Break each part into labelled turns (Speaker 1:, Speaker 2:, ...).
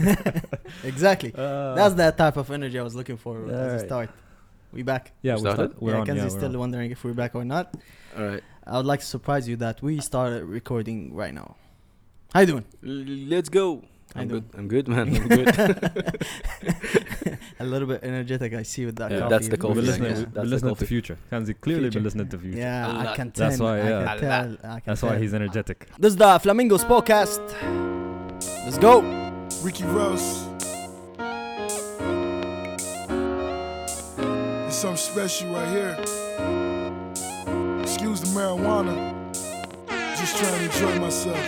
Speaker 1: exactly.
Speaker 2: Uh,
Speaker 1: That's the type of energy I was looking for at the
Speaker 2: alright.
Speaker 1: start. We back.
Speaker 2: yeah,
Speaker 3: We
Speaker 2: we started.
Speaker 3: started?
Speaker 2: we're
Speaker 1: yeah,
Speaker 2: on,
Speaker 1: Kenzie's
Speaker 2: we're
Speaker 1: still
Speaker 2: on.
Speaker 1: wondering if we're back or not.
Speaker 3: All right,
Speaker 1: I would like to surprise you that we started recording right now. How you doing?
Speaker 3: let's go.
Speaker 1: How
Speaker 3: I'm
Speaker 1: you
Speaker 3: good.
Speaker 1: doing?
Speaker 3: I'm good, man. I'm good.
Speaker 1: A little bit energetic, I see with that.
Speaker 3: Yeah,
Speaker 1: coffee.
Speaker 3: that's the
Speaker 2: We're
Speaker 3: coffee,
Speaker 2: listening,
Speaker 3: yeah.
Speaker 2: we're
Speaker 3: That's the
Speaker 2: listening to
Speaker 3: coffee.
Speaker 2: future. Kanzi clearly
Speaker 1: Future.
Speaker 2: been listening to future.
Speaker 1: Yeah,
Speaker 3: I
Speaker 1: I
Speaker 3: like
Speaker 1: can
Speaker 2: it. That's
Speaker 1: tell.
Speaker 2: why,
Speaker 1: I
Speaker 2: yeah.
Speaker 1: can tell. I can
Speaker 2: That's why
Speaker 1: tell.
Speaker 2: he's energetic.
Speaker 1: This is the Flamingos podcast. Let's go.
Speaker 4: Ricky Ross. There's something special right here. Excuse the marijuana. Just trying to enjoy myself.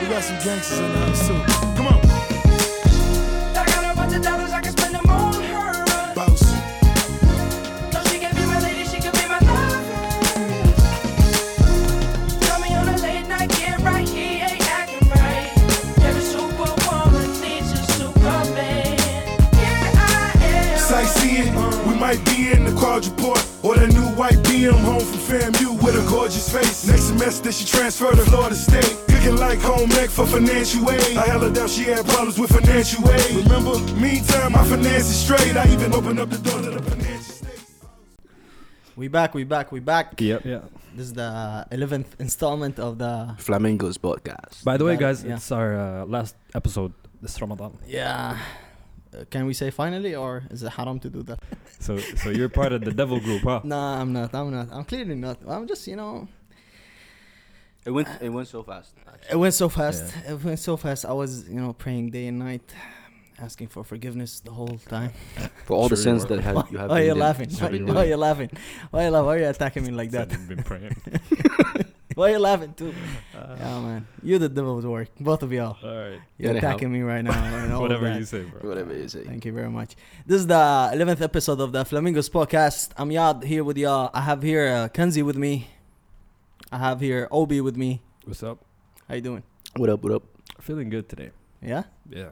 Speaker 4: We got some gangsters in the house too. Come on,
Speaker 5: I got a bunch of dollars, I can spend them on her.
Speaker 4: boss.
Speaker 5: No, she can be my lady, she can be my lover. Call me on a late night, get right here, ain't acting right. Every superwoman needs a superman. Here I am.
Speaker 4: Sightseeing, we might be in the quadruport or the new white BM home from FAMU with a gorgeous face. Next semester she transferred to Florida State, cooking like home ec for financial aid. I held her down, she had problems with financial aid. Remember, meantime my finances straight. I even opened up the door to the financial state.
Speaker 1: We back. We back. We back.
Speaker 2: Yep. Yeah.
Speaker 1: This is the eleventh installment of the.
Speaker 3: Flamingos podcast.
Speaker 2: By the way,
Speaker 1: Got it,
Speaker 2: guys,
Speaker 1: yeah.
Speaker 2: it's our uh, last episode this Ramadan.
Speaker 1: Yeah. Uh, Can we say finally, or is it haram to do that?
Speaker 2: So, so you're part of the devil group, huh?
Speaker 1: Nah, I'm not. I'm not. I'm clearly not. I'm just, you know,
Speaker 3: It went. It went so fast.
Speaker 1: it went so fast. It went so fast. I was, you know, praying day and night, asking for forgiveness the whole time.
Speaker 3: For all the
Speaker 2: Sure you
Speaker 3: sins
Speaker 2: were.
Speaker 3: that have you have.
Speaker 1: Why are
Speaker 3: been
Speaker 1: you
Speaker 3: doing.
Speaker 1: laughing? Why,
Speaker 3: I've been
Speaker 1: why are
Speaker 3: doing.
Speaker 1: you laughing? Why are you laughing? Why are you attacking me like
Speaker 2: Said
Speaker 1: that?
Speaker 2: you've been praying.
Speaker 1: Why are you laughing too? yeah, man, you the devil's work, both of y'all.
Speaker 2: All right.
Speaker 1: You're
Speaker 3: Anyhow.
Speaker 1: attacking me right now. and all of
Speaker 2: Whatever
Speaker 1: that.
Speaker 2: you say, bro.
Speaker 3: Whatever you say.
Speaker 1: Thank you very much. This is the eleventh episode of the Flamingos podcast. I'm Yad here with y'all. I have here uh, Kenzie with me. I have here Obi with me.
Speaker 2: What's up?
Speaker 1: How you doing?
Speaker 3: What up? What up?
Speaker 2: Feeling good today.
Speaker 1: Yeah.
Speaker 2: Yeah.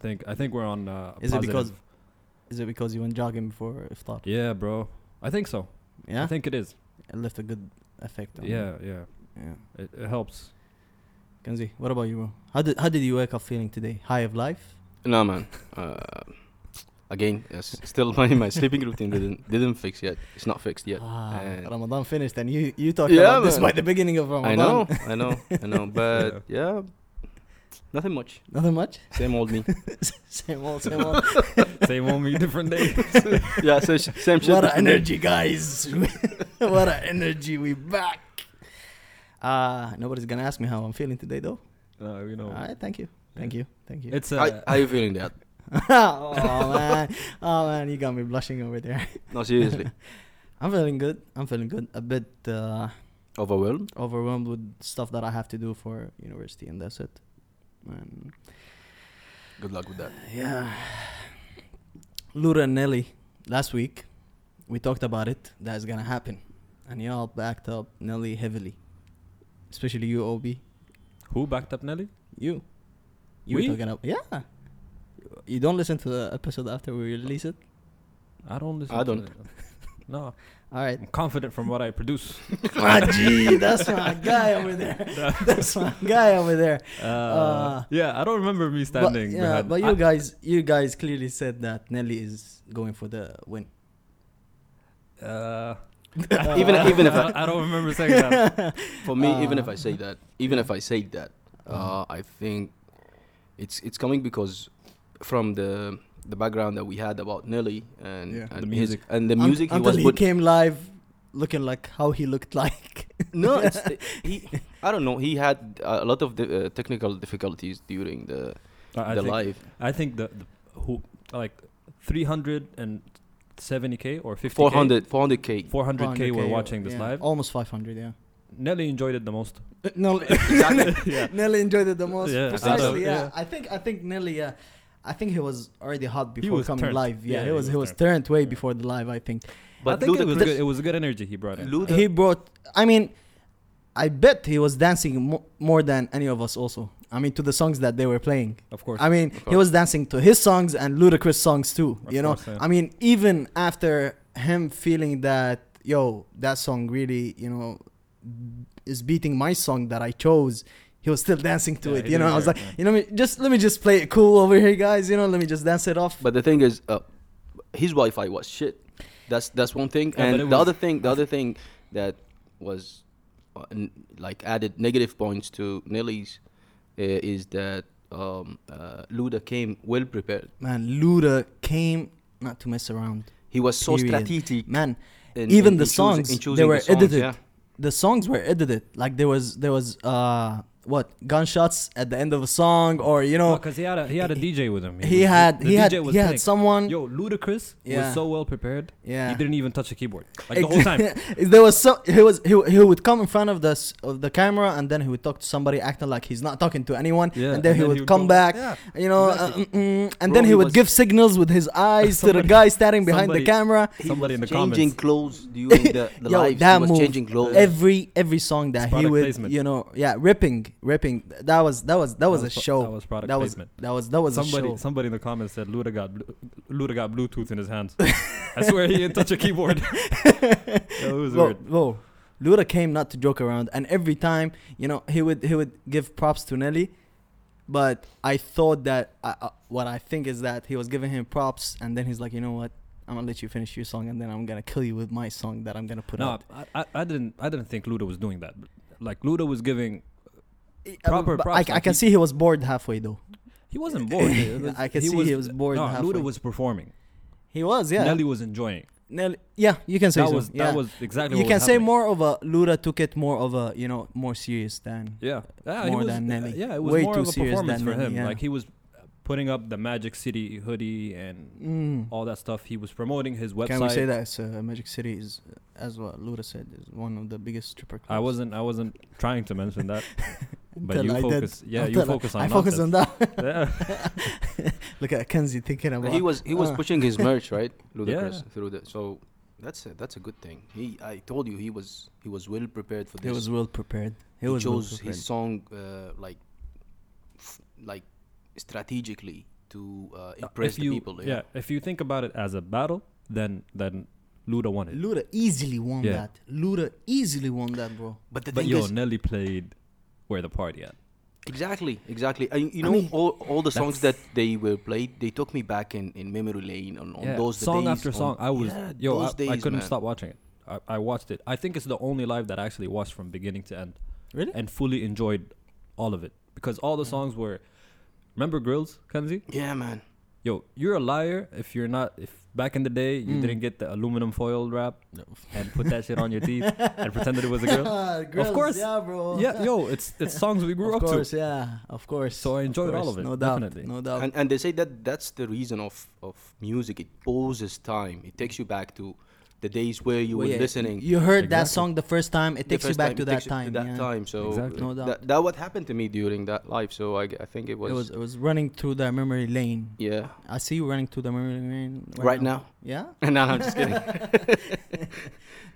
Speaker 2: Think I think we're on. Uh,
Speaker 1: Is it because-
Speaker 2: positive-
Speaker 1: Is it because you went jogging before iftar?
Speaker 2: Yeah, bro. I think so.
Speaker 1: Yeah.
Speaker 2: I think it is.
Speaker 1: it left a good effect. on you.
Speaker 2: Yeah, yeah.
Speaker 1: Yeah.
Speaker 2: It, it helps.
Speaker 1: Kenzie, what about you? bro? How did how did you wake up feeling today? High of life?
Speaker 3: No, man. Uh, again, yes, still my my sleeping routine didn't didn't fix yet. It's not fixed yet.
Speaker 1: Ah,
Speaker 3: And-
Speaker 1: Ramadan finished, and you you talked
Speaker 3: Uh, Yeah,
Speaker 1: about this
Speaker 3: man.
Speaker 1: by the beginning of
Speaker 3: I
Speaker 1: Ramadan.
Speaker 3: know. I know. I know. But yeah, nothing much.
Speaker 1: Nothing much.
Speaker 3: Same old me.
Speaker 1: Same old, same old.
Speaker 2: Same old me, different day.
Speaker 3: yeah. So sh- same shit.
Speaker 1: what a
Speaker 3: different day.
Speaker 1: energy, guys! what a energy! We back. Uh nobody's gonna ask me how I'm feeling today, though.
Speaker 2: no, you know.
Speaker 1: All right, thank you, thank you, thank you.
Speaker 2: It's
Speaker 3: How,
Speaker 2: uh,
Speaker 3: how you feeling, Dad?
Speaker 1: oh man, oh man, you got me blushing over there.
Speaker 3: No, seriously.
Speaker 1: I'm feeling good. I'm feeling good. A bit uh,
Speaker 3: Overwhelmed.
Speaker 1: overwhelmed with stuff that I have to do for university, and that's it. And
Speaker 3: Good luck with that.
Speaker 1: yeah, Lura and Nelly. Last week, we talked about it. That's gonna happen, and y'all backed up Nelly heavily, especially you, Ob.
Speaker 2: who backed up Nelly?
Speaker 1: You, you
Speaker 2: We?
Speaker 1: were talking up. Yeah, you don't listen to the episode after we release it.
Speaker 2: I don't. Listen
Speaker 3: I
Speaker 2: to
Speaker 3: don't.
Speaker 2: that. No,
Speaker 1: All right.
Speaker 2: I'm confident from what I produce.
Speaker 1: Ah, gee, that's my guy over there. That's my guy over there.
Speaker 2: Uh, yeah, I don't remember me standing.
Speaker 1: but, yeah,
Speaker 2: behind.
Speaker 1: but
Speaker 2: I-
Speaker 1: you guys, you guys clearly said that Nelly is going for the win.
Speaker 2: Uh,
Speaker 3: Even- even if
Speaker 2: I,
Speaker 3: I-
Speaker 2: don't- I don't remember saying that.
Speaker 3: For me, even if I say that, even if I say that, uh, I think it's it's coming because from the the background that we had about Nelly and,
Speaker 1: Yeah.
Speaker 3: and
Speaker 2: The
Speaker 3: his-
Speaker 2: music.
Speaker 3: and the music he
Speaker 1: until
Speaker 3: was
Speaker 1: he
Speaker 3: put-
Speaker 1: came live, looking like how he looked like.
Speaker 3: no it's the- he I don't know he had a lot of the, uh, technical difficulties during the
Speaker 2: I, I
Speaker 3: the
Speaker 2: think,
Speaker 3: live
Speaker 2: I think the, the who like 370k or 50
Speaker 3: 400 400k
Speaker 2: 400k were
Speaker 1: 400K,
Speaker 2: watching this
Speaker 1: yeah,
Speaker 2: live.
Speaker 1: Almost 500, yeah.
Speaker 2: Nelly enjoyed it the most.
Speaker 1: Uh, Nelly,
Speaker 2: yeah.
Speaker 1: Nelly enjoyed it the most.
Speaker 2: Yeah, I think so,
Speaker 1: precisely, yeah.
Speaker 2: yeah.
Speaker 1: I think I think Nelly, yeah. I think he was already hot before
Speaker 2: was
Speaker 1: coming
Speaker 2: turned.
Speaker 1: live. Yeah,
Speaker 2: Yeah,
Speaker 1: he was he was turned, way before the live. I think.
Speaker 2: But I
Speaker 3: but
Speaker 2: think it was
Speaker 3: Ludacris,
Speaker 2: good. It was good energy he brought in.
Speaker 3: Luda,
Speaker 1: he brought i mean i bet he was dancing mo- more than any of us also i mean to the songs that they were playing
Speaker 2: Of course.
Speaker 1: i mean he
Speaker 3: course.
Speaker 1: was dancing to his songs and ludacris songs too
Speaker 2: Of
Speaker 1: you know
Speaker 2: course, yeah.
Speaker 1: i mean even after him feeling that yo that song really you know is beating my song that i chose he was still dancing to
Speaker 2: Yeah,
Speaker 1: it.
Speaker 2: he
Speaker 1: You know,
Speaker 2: didn't
Speaker 1: I was
Speaker 2: care,
Speaker 1: like,
Speaker 2: yeah.
Speaker 1: you know, me- just let me just play it cool over here, guys. You know, let me just dance it off.
Speaker 3: But the thing is, uh, his Wi-Fi was shit. That's that's one thing.
Speaker 2: Yeah, but
Speaker 3: and
Speaker 2: it
Speaker 3: the
Speaker 2: was-
Speaker 3: other thing, the other thing that was uh, n- like added negative points to Nelly's uh, is that um, uh, Luda came well prepared.
Speaker 1: Man, Luda came not to mess around.
Speaker 3: He was so
Speaker 1: period.
Speaker 3: strategic.
Speaker 1: Man,
Speaker 3: in-
Speaker 1: even
Speaker 3: in-
Speaker 1: the
Speaker 3: in choosing- in
Speaker 1: songs they
Speaker 3: choosing
Speaker 1: were
Speaker 3: the songs,
Speaker 1: edited.
Speaker 3: yeah.
Speaker 1: The songs were edited. Like there was there was uh what gunshots at the end of a song or you know
Speaker 2: because Uh, he had a he had a DJ with him.
Speaker 1: he
Speaker 2: was-
Speaker 1: had
Speaker 2: the
Speaker 1: he had
Speaker 2: DJ was
Speaker 1: he had
Speaker 2: playing.
Speaker 1: someone.
Speaker 2: Yo, Ludacris
Speaker 1: Yeah.
Speaker 2: was so well prepared.
Speaker 1: Yeah.
Speaker 2: he didn't even touch a keyboard like the whole
Speaker 1: Ex-
Speaker 2: time.
Speaker 1: there was so he was he, he would come in front of the s- of the camera and then he would talk to somebody acting like he's not talking to anyone
Speaker 2: Yeah,
Speaker 1: and then he would come back
Speaker 2: Yeah.
Speaker 1: you know
Speaker 2: exactly.
Speaker 1: uh, mm, mm, and
Speaker 3: Bro,
Speaker 1: then he
Speaker 3: he
Speaker 1: would
Speaker 3: was-
Speaker 1: give signals with his eyes to the
Speaker 2: Somebody-
Speaker 1: guy standing behind the
Speaker 2: somebody-
Speaker 1: camera
Speaker 3: He
Speaker 2: Somebody in the
Speaker 3: was
Speaker 2: comments.
Speaker 3: changing clothes during the, the
Speaker 1: Yo,
Speaker 3: live.
Speaker 1: that
Speaker 3: he was
Speaker 1: move,
Speaker 3: changing clothes.
Speaker 1: every every song that he
Speaker 2: product
Speaker 1: would
Speaker 2: placement.
Speaker 1: you know yeah ripping ripping Th- that was that was that was a
Speaker 2: was pro-
Speaker 1: show
Speaker 2: that was product
Speaker 1: that was
Speaker 2: placement.
Speaker 1: that was that was a
Speaker 2: somebody
Speaker 1: show
Speaker 2: somebody in the comments said Luda got blu- Luda got Bluetooth in his hands. I swear he didn't touch a keyboard. it was
Speaker 1: Whoa,
Speaker 2: weird.
Speaker 1: whoa. Luda came not to joke around, and every time, you know, he would he would give props to Nelly, but I thought that I, uh, what I think is that he was giving him props, and then he's like, you know what, I'm gonna let you finish your song, and then I'm gonna kill you with my song that I'm gonna put
Speaker 2: No,
Speaker 1: out.
Speaker 2: I, I, I didn't I didn't think Luda was doing that. Like Luda was giving.
Speaker 1: I-
Speaker 2: proper
Speaker 1: but
Speaker 2: props,
Speaker 1: I, I
Speaker 2: like
Speaker 1: can
Speaker 2: he-
Speaker 1: see he was bored halfway though.
Speaker 2: He wasn't bored. It was-
Speaker 1: I can see he was bored
Speaker 2: No,
Speaker 1: halfway.
Speaker 2: Luda was performing.
Speaker 1: He was, yeah,
Speaker 2: Nelly was enjoying.
Speaker 1: Nelly, yeah, you can say
Speaker 2: That
Speaker 1: so,
Speaker 2: was
Speaker 1: yeah.
Speaker 2: that was exactly.
Speaker 1: you
Speaker 2: what
Speaker 1: can
Speaker 2: was
Speaker 1: say
Speaker 2: happening.
Speaker 1: more of a Luda took it more of a you know more serious than
Speaker 2: Yeah, yeah
Speaker 1: more
Speaker 2: he was,
Speaker 1: than
Speaker 2: uh,
Speaker 1: Nelly.
Speaker 2: Yeah, it was
Speaker 1: Way
Speaker 2: more
Speaker 1: too
Speaker 2: of a
Speaker 1: serious
Speaker 2: performance
Speaker 1: than
Speaker 2: for
Speaker 1: Nelly,
Speaker 2: him.
Speaker 1: yeah.
Speaker 2: Like he was putting up the Magic City hoodie and
Speaker 1: Mm.
Speaker 2: all that stuff. He was promoting his website.
Speaker 1: Can we say that it's, uh, Magic City is, uh, as what Luda said, is one of the biggest stripper clubs?
Speaker 2: I wasn't. I wasn't trying to mention that. but
Speaker 1: Until
Speaker 2: you
Speaker 1: I did.
Speaker 2: focus. Yeah,
Speaker 1: Until
Speaker 2: you
Speaker 1: I-
Speaker 2: focus on.
Speaker 1: I focus on
Speaker 2: nonsense.
Speaker 1: that.
Speaker 2: Yeah.
Speaker 1: Look at Kenzie thinking about.
Speaker 3: he was he was
Speaker 1: uh.
Speaker 3: pushing his merch right Ludacris
Speaker 2: Yeah.
Speaker 3: through the so that's a, that's a good thing he i told you he was he was well prepared for
Speaker 1: He
Speaker 3: this
Speaker 1: was well prepared. He,
Speaker 3: he
Speaker 1: was well
Speaker 3: chose
Speaker 1: prepared.
Speaker 3: his song uh, like f- like strategically to uh, impress
Speaker 2: if you,
Speaker 3: the people
Speaker 2: Yeah. if you think about it as a battle, then then Luda won it.
Speaker 1: Luda easily won
Speaker 2: Yeah.
Speaker 1: that. Luda easily won that, bro.
Speaker 3: but the
Speaker 2: But
Speaker 3: thing
Speaker 2: yo,
Speaker 3: is
Speaker 2: Nelly played where the party at.
Speaker 3: exactly exactly and you
Speaker 1: I
Speaker 3: know
Speaker 1: mean,
Speaker 3: all, all the songs that they were played they took me back in, in memory lane on, on
Speaker 2: yeah.
Speaker 3: those
Speaker 2: song
Speaker 3: days,
Speaker 2: after
Speaker 3: on-
Speaker 2: song, I was
Speaker 3: yeah,
Speaker 2: yo, I,
Speaker 3: those
Speaker 2: I
Speaker 3: days,
Speaker 2: couldn't
Speaker 3: man.
Speaker 2: stop watching it. I, I watched it. I think it's the only live that I actually watched from beginning to end.
Speaker 1: Really?
Speaker 2: And fully enjoyed all of it because all the songs were. Remember Grills, Kenzie?
Speaker 3: yeah man
Speaker 2: Yo, you're a liar if you're not. If back in the day you
Speaker 1: Mm.
Speaker 2: didn't get the aluminum foil wrap and put that shit on your teeth and pretended it was a girl.
Speaker 1: Ah, Girls,
Speaker 2: of course,
Speaker 1: yeah, bro.
Speaker 2: Yeah, yo, it's it's songs we grew
Speaker 1: of
Speaker 2: up
Speaker 1: course,
Speaker 2: to.
Speaker 1: yeah, of course.
Speaker 2: So I enjoyed all
Speaker 1: course,
Speaker 2: of it,
Speaker 1: No doubt,
Speaker 2: definitely.
Speaker 1: no doubt.
Speaker 3: And, and they say that that's the reason of, of music. It pauses time. It takes you back to the days where you
Speaker 1: Well,
Speaker 3: were
Speaker 1: yeah,
Speaker 3: listening.
Speaker 1: You heard that
Speaker 2: Exactly.
Speaker 1: song the first time. It
Speaker 3: The
Speaker 1: takes you
Speaker 3: first
Speaker 1: back to
Speaker 3: it
Speaker 1: that
Speaker 3: takes you
Speaker 1: time.
Speaker 3: that
Speaker 1: yeah.
Speaker 3: time. So
Speaker 2: Exactly.
Speaker 1: No
Speaker 3: uh,
Speaker 1: doubt.
Speaker 3: that, that what happened to me during that life. So I, g- I think it was,
Speaker 1: It was it was running through the memory lane.
Speaker 3: yeah.
Speaker 1: I see you running through the memory lane
Speaker 3: Right, now.
Speaker 1: Yeah.
Speaker 3: no, I'm just kidding.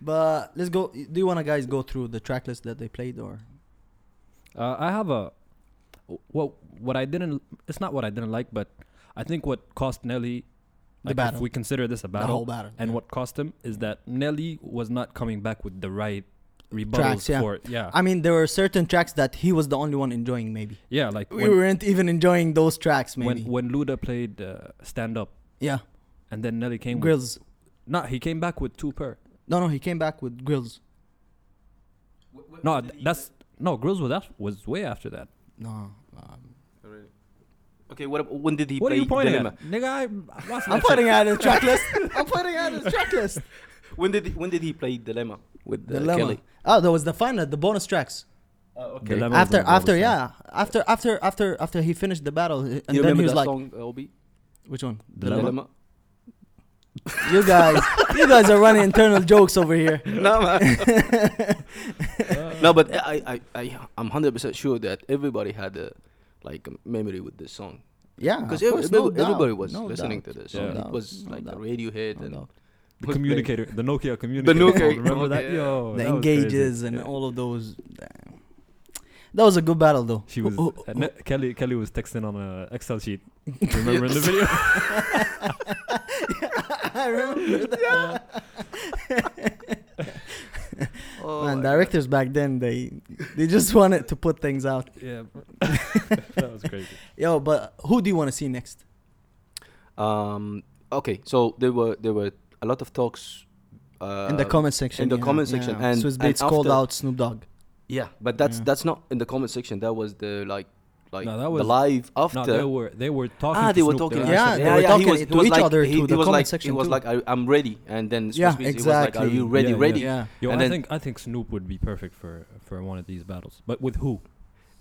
Speaker 1: But let's go. Do you want to guys go through the track list that they played or?
Speaker 2: Uh, I have a well, what I didn't. It's not what I didn't like, but I think what cost Nelly.
Speaker 1: The
Speaker 2: Like
Speaker 1: battle.
Speaker 2: If we consider this a battle,
Speaker 1: whole battle,
Speaker 2: and
Speaker 1: yeah.
Speaker 2: what cost him is that Nelly was not coming back with the right rebuttals
Speaker 1: Tracks, yeah.
Speaker 2: for yeah,
Speaker 1: I mean, there were certain tracks that he was the only one enjoying. Maybe
Speaker 2: yeah. Like
Speaker 1: we
Speaker 2: when,
Speaker 1: weren't even enjoying those tracks. Maybe
Speaker 2: when when Luda played uh, stand up,
Speaker 1: yeah.
Speaker 2: and then Nelly came. with
Speaker 1: Grills.
Speaker 2: Nah, he came back with two per.
Speaker 1: No, no, he came back with grills.
Speaker 2: No, th- that's no Grills was af- was way after that.
Speaker 1: No. Um,
Speaker 3: okay, what, ab- when did he
Speaker 2: What are
Speaker 3: play?
Speaker 2: you pointing
Speaker 3: Dilemma?
Speaker 2: at, nigga? I, I watched
Speaker 1: I'm
Speaker 2: that shit.
Speaker 1: putting out his track list. I'm putting out his track list.
Speaker 3: When did he, when did he play Dilemma with uh,
Speaker 1: Dilemma.
Speaker 3: Kelly?
Speaker 1: Oh, that was the final, the bonus tracks.
Speaker 3: Okay.
Speaker 2: Dilemma was
Speaker 1: after,
Speaker 2: on the
Speaker 1: after,
Speaker 2: bonus track.
Speaker 1: yeah, after, after, after, after he finished the battle, and
Speaker 3: you
Speaker 1: then
Speaker 3: remember
Speaker 1: he was
Speaker 3: that
Speaker 1: like,
Speaker 3: song, Obi?
Speaker 1: "Which one?
Speaker 2: Dilemma?
Speaker 1: You guys, you guys are running internal jokes over here."
Speaker 3: no, man. no, but I, I, I, I'm 100% sure that everybody had a like a memory with this song.
Speaker 1: Yeah,
Speaker 3: because
Speaker 1: Ah, of course, no
Speaker 3: everybody,
Speaker 1: doubt,
Speaker 3: everybody was
Speaker 1: no
Speaker 3: listening
Speaker 1: doubt,
Speaker 3: to this.
Speaker 1: no
Speaker 3: So
Speaker 1: doubt,
Speaker 3: It was
Speaker 1: no
Speaker 3: like
Speaker 1: doubt,
Speaker 3: the Radiohead
Speaker 1: no
Speaker 3: and
Speaker 1: doubt.
Speaker 2: the
Speaker 3: Who's playing?
Speaker 2: communicator, the Nokia communicator.
Speaker 3: Nokia-
Speaker 2: phone, remember that?
Speaker 3: Nokia.
Speaker 1: the
Speaker 2: Yo, Oh, that was crazy.
Speaker 1: engages and
Speaker 2: Yeah.
Speaker 1: all of those. That was a good battle though.
Speaker 2: She was
Speaker 1: Oh, oh,
Speaker 2: uh, ne- Kelly. Kelly was texting on a Excel sheet. Remember in the video?
Speaker 1: I remember that.
Speaker 3: Oh
Speaker 1: Man,
Speaker 3: my
Speaker 1: directors back then they they just wanted to put things out.
Speaker 2: Yeah, that was crazy.
Speaker 1: Yo, but who do you want to see next?
Speaker 3: God. Um. Okay. So there were there were a lot of talks. Uh,
Speaker 1: in the comment section.
Speaker 3: in the
Speaker 1: yeah,
Speaker 3: comment section,
Speaker 1: yeah.
Speaker 3: and-
Speaker 1: Swiss
Speaker 3: and
Speaker 1: Beats called
Speaker 3: after-
Speaker 1: out Snoop Dogg.
Speaker 3: Yeah, but that's
Speaker 1: Yeah.
Speaker 3: that's not in the comment section. That was the like like
Speaker 2: No, that
Speaker 3: the
Speaker 2: was-
Speaker 3: live after.
Speaker 2: No, they were they were talking.
Speaker 3: ah,
Speaker 2: to
Speaker 3: they were
Speaker 2: Snoop.
Speaker 3: talking.
Speaker 2: were
Speaker 1: Yeah,
Speaker 2: actually-
Speaker 1: they were
Speaker 3: he
Speaker 1: talking
Speaker 3: was,
Speaker 1: to
Speaker 3: he was
Speaker 1: each
Speaker 3: like,
Speaker 1: other,
Speaker 3: He,
Speaker 1: to the
Speaker 3: he was
Speaker 1: comment
Speaker 3: like,
Speaker 1: section
Speaker 3: He was
Speaker 1: too.
Speaker 3: like, I, I'm ready, and then Swiss
Speaker 1: Yeah,
Speaker 3: Beats, he was like, Are
Speaker 1: exactly.
Speaker 3: you ready?
Speaker 2: Yeah,
Speaker 3: ready?
Speaker 1: Yeah.
Speaker 2: Yo,
Speaker 3: And
Speaker 2: I
Speaker 3: then-
Speaker 2: think I think Snoop would be perfect for for one of these battles. But with who?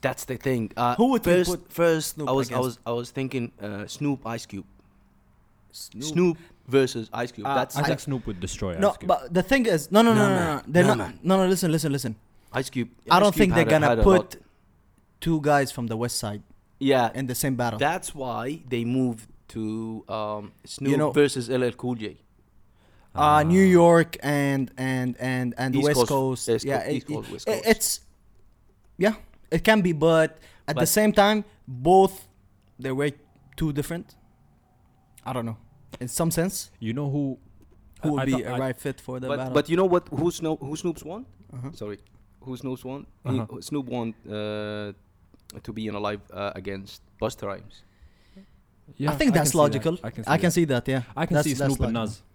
Speaker 3: That's the thing. Uh,
Speaker 1: Who would you
Speaker 3: first?
Speaker 1: put
Speaker 3: first,
Speaker 1: Snoop
Speaker 3: I was I
Speaker 1: against?
Speaker 3: was I was thinking uh, Snoop Ice Cube. Snoop, versus Ice Cube.
Speaker 1: Ah,
Speaker 3: that's
Speaker 2: I
Speaker 1: I-
Speaker 2: think Snoop would destroy.
Speaker 1: No,
Speaker 2: Ice Cube.
Speaker 1: but the thing is, no, no, no,
Speaker 3: Nah,
Speaker 1: no, no,
Speaker 3: man.
Speaker 1: no. They're
Speaker 3: Nah,
Speaker 1: not.
Speaker 3: man.
Speaker 1: No, no. Listen, listen, listen.
Speaker 3: Ice Cube.
Speaker 1: I
Speaker 3: Ice
Speaker 1: don't
Speaker 3: Cube
Speaker 1: think they're
Speaker 3: had a-
Speaker 1: gonna
Speaker 3: had a
Speaker 1: put
Speaker 3: lot.
Speaker 1: two guys from the West Side
Speaker 3: Yeah,
Speaker 1: in the same battle.
Speaker 3: that's why they moved to um, Snoop
Speaker 1: know-
Speaker 3: versus LL Cool J.
Speaker 1: uh, New York and and and and
Speaker 3: Ah. East
Speaker 1: West
Speaker 3: Coast,
Speaker 1: Coast.
Speaker 3: East
Speaker 1: yeah,
Speaker 3: Coast,
Speaker 1: it-
Speaker 3: East Coast,
Speaker 1: it-
Speaker 3: West
Speaker 1: it-
Speaker 3: Coast.
Speaker 1: it's yeah, it can be, but at the
Speaker 3: But-
Speaker 1: same time, both they were too different. I don't know. In some sense,
Speaker 2: you know who?
Speaker 1: who
Speaker 2: I-
Speaker 1: would
Speaker 2: I
Speaker 1: be
Speaker 2: thought-
Speaker 1: a
Speaker 2: I-
Speaker 1: right fit for the
Speaker 3: But,
Speaker 1: battle?
Speaker 3: but you know what? Who Snoop? Who Snoop's won?
Speaker 1: Uh-huh.
Speaker 3: Sorry, who Snoop's won?
Speaker 2: Uh-huh.
Speaker 3: He, Snoop won uh, to be in a live uh, against Busta Rhymes.
Speaker 2: Yeah,
Speaker 1: I think
Speaker 2: can
Speaker 1: that's
Speaker 2: see that.
Speaker 1: logical.
Speaker 2: I can see. that.
Speaker 1: that. Yeah,
Speaker 2: I can
Speaker 1: That's-
Speaker 2: see
Speaker 1: that's
Speaker 2: Snoop and
Speaker 1: logical.
Speaker 2: Nas.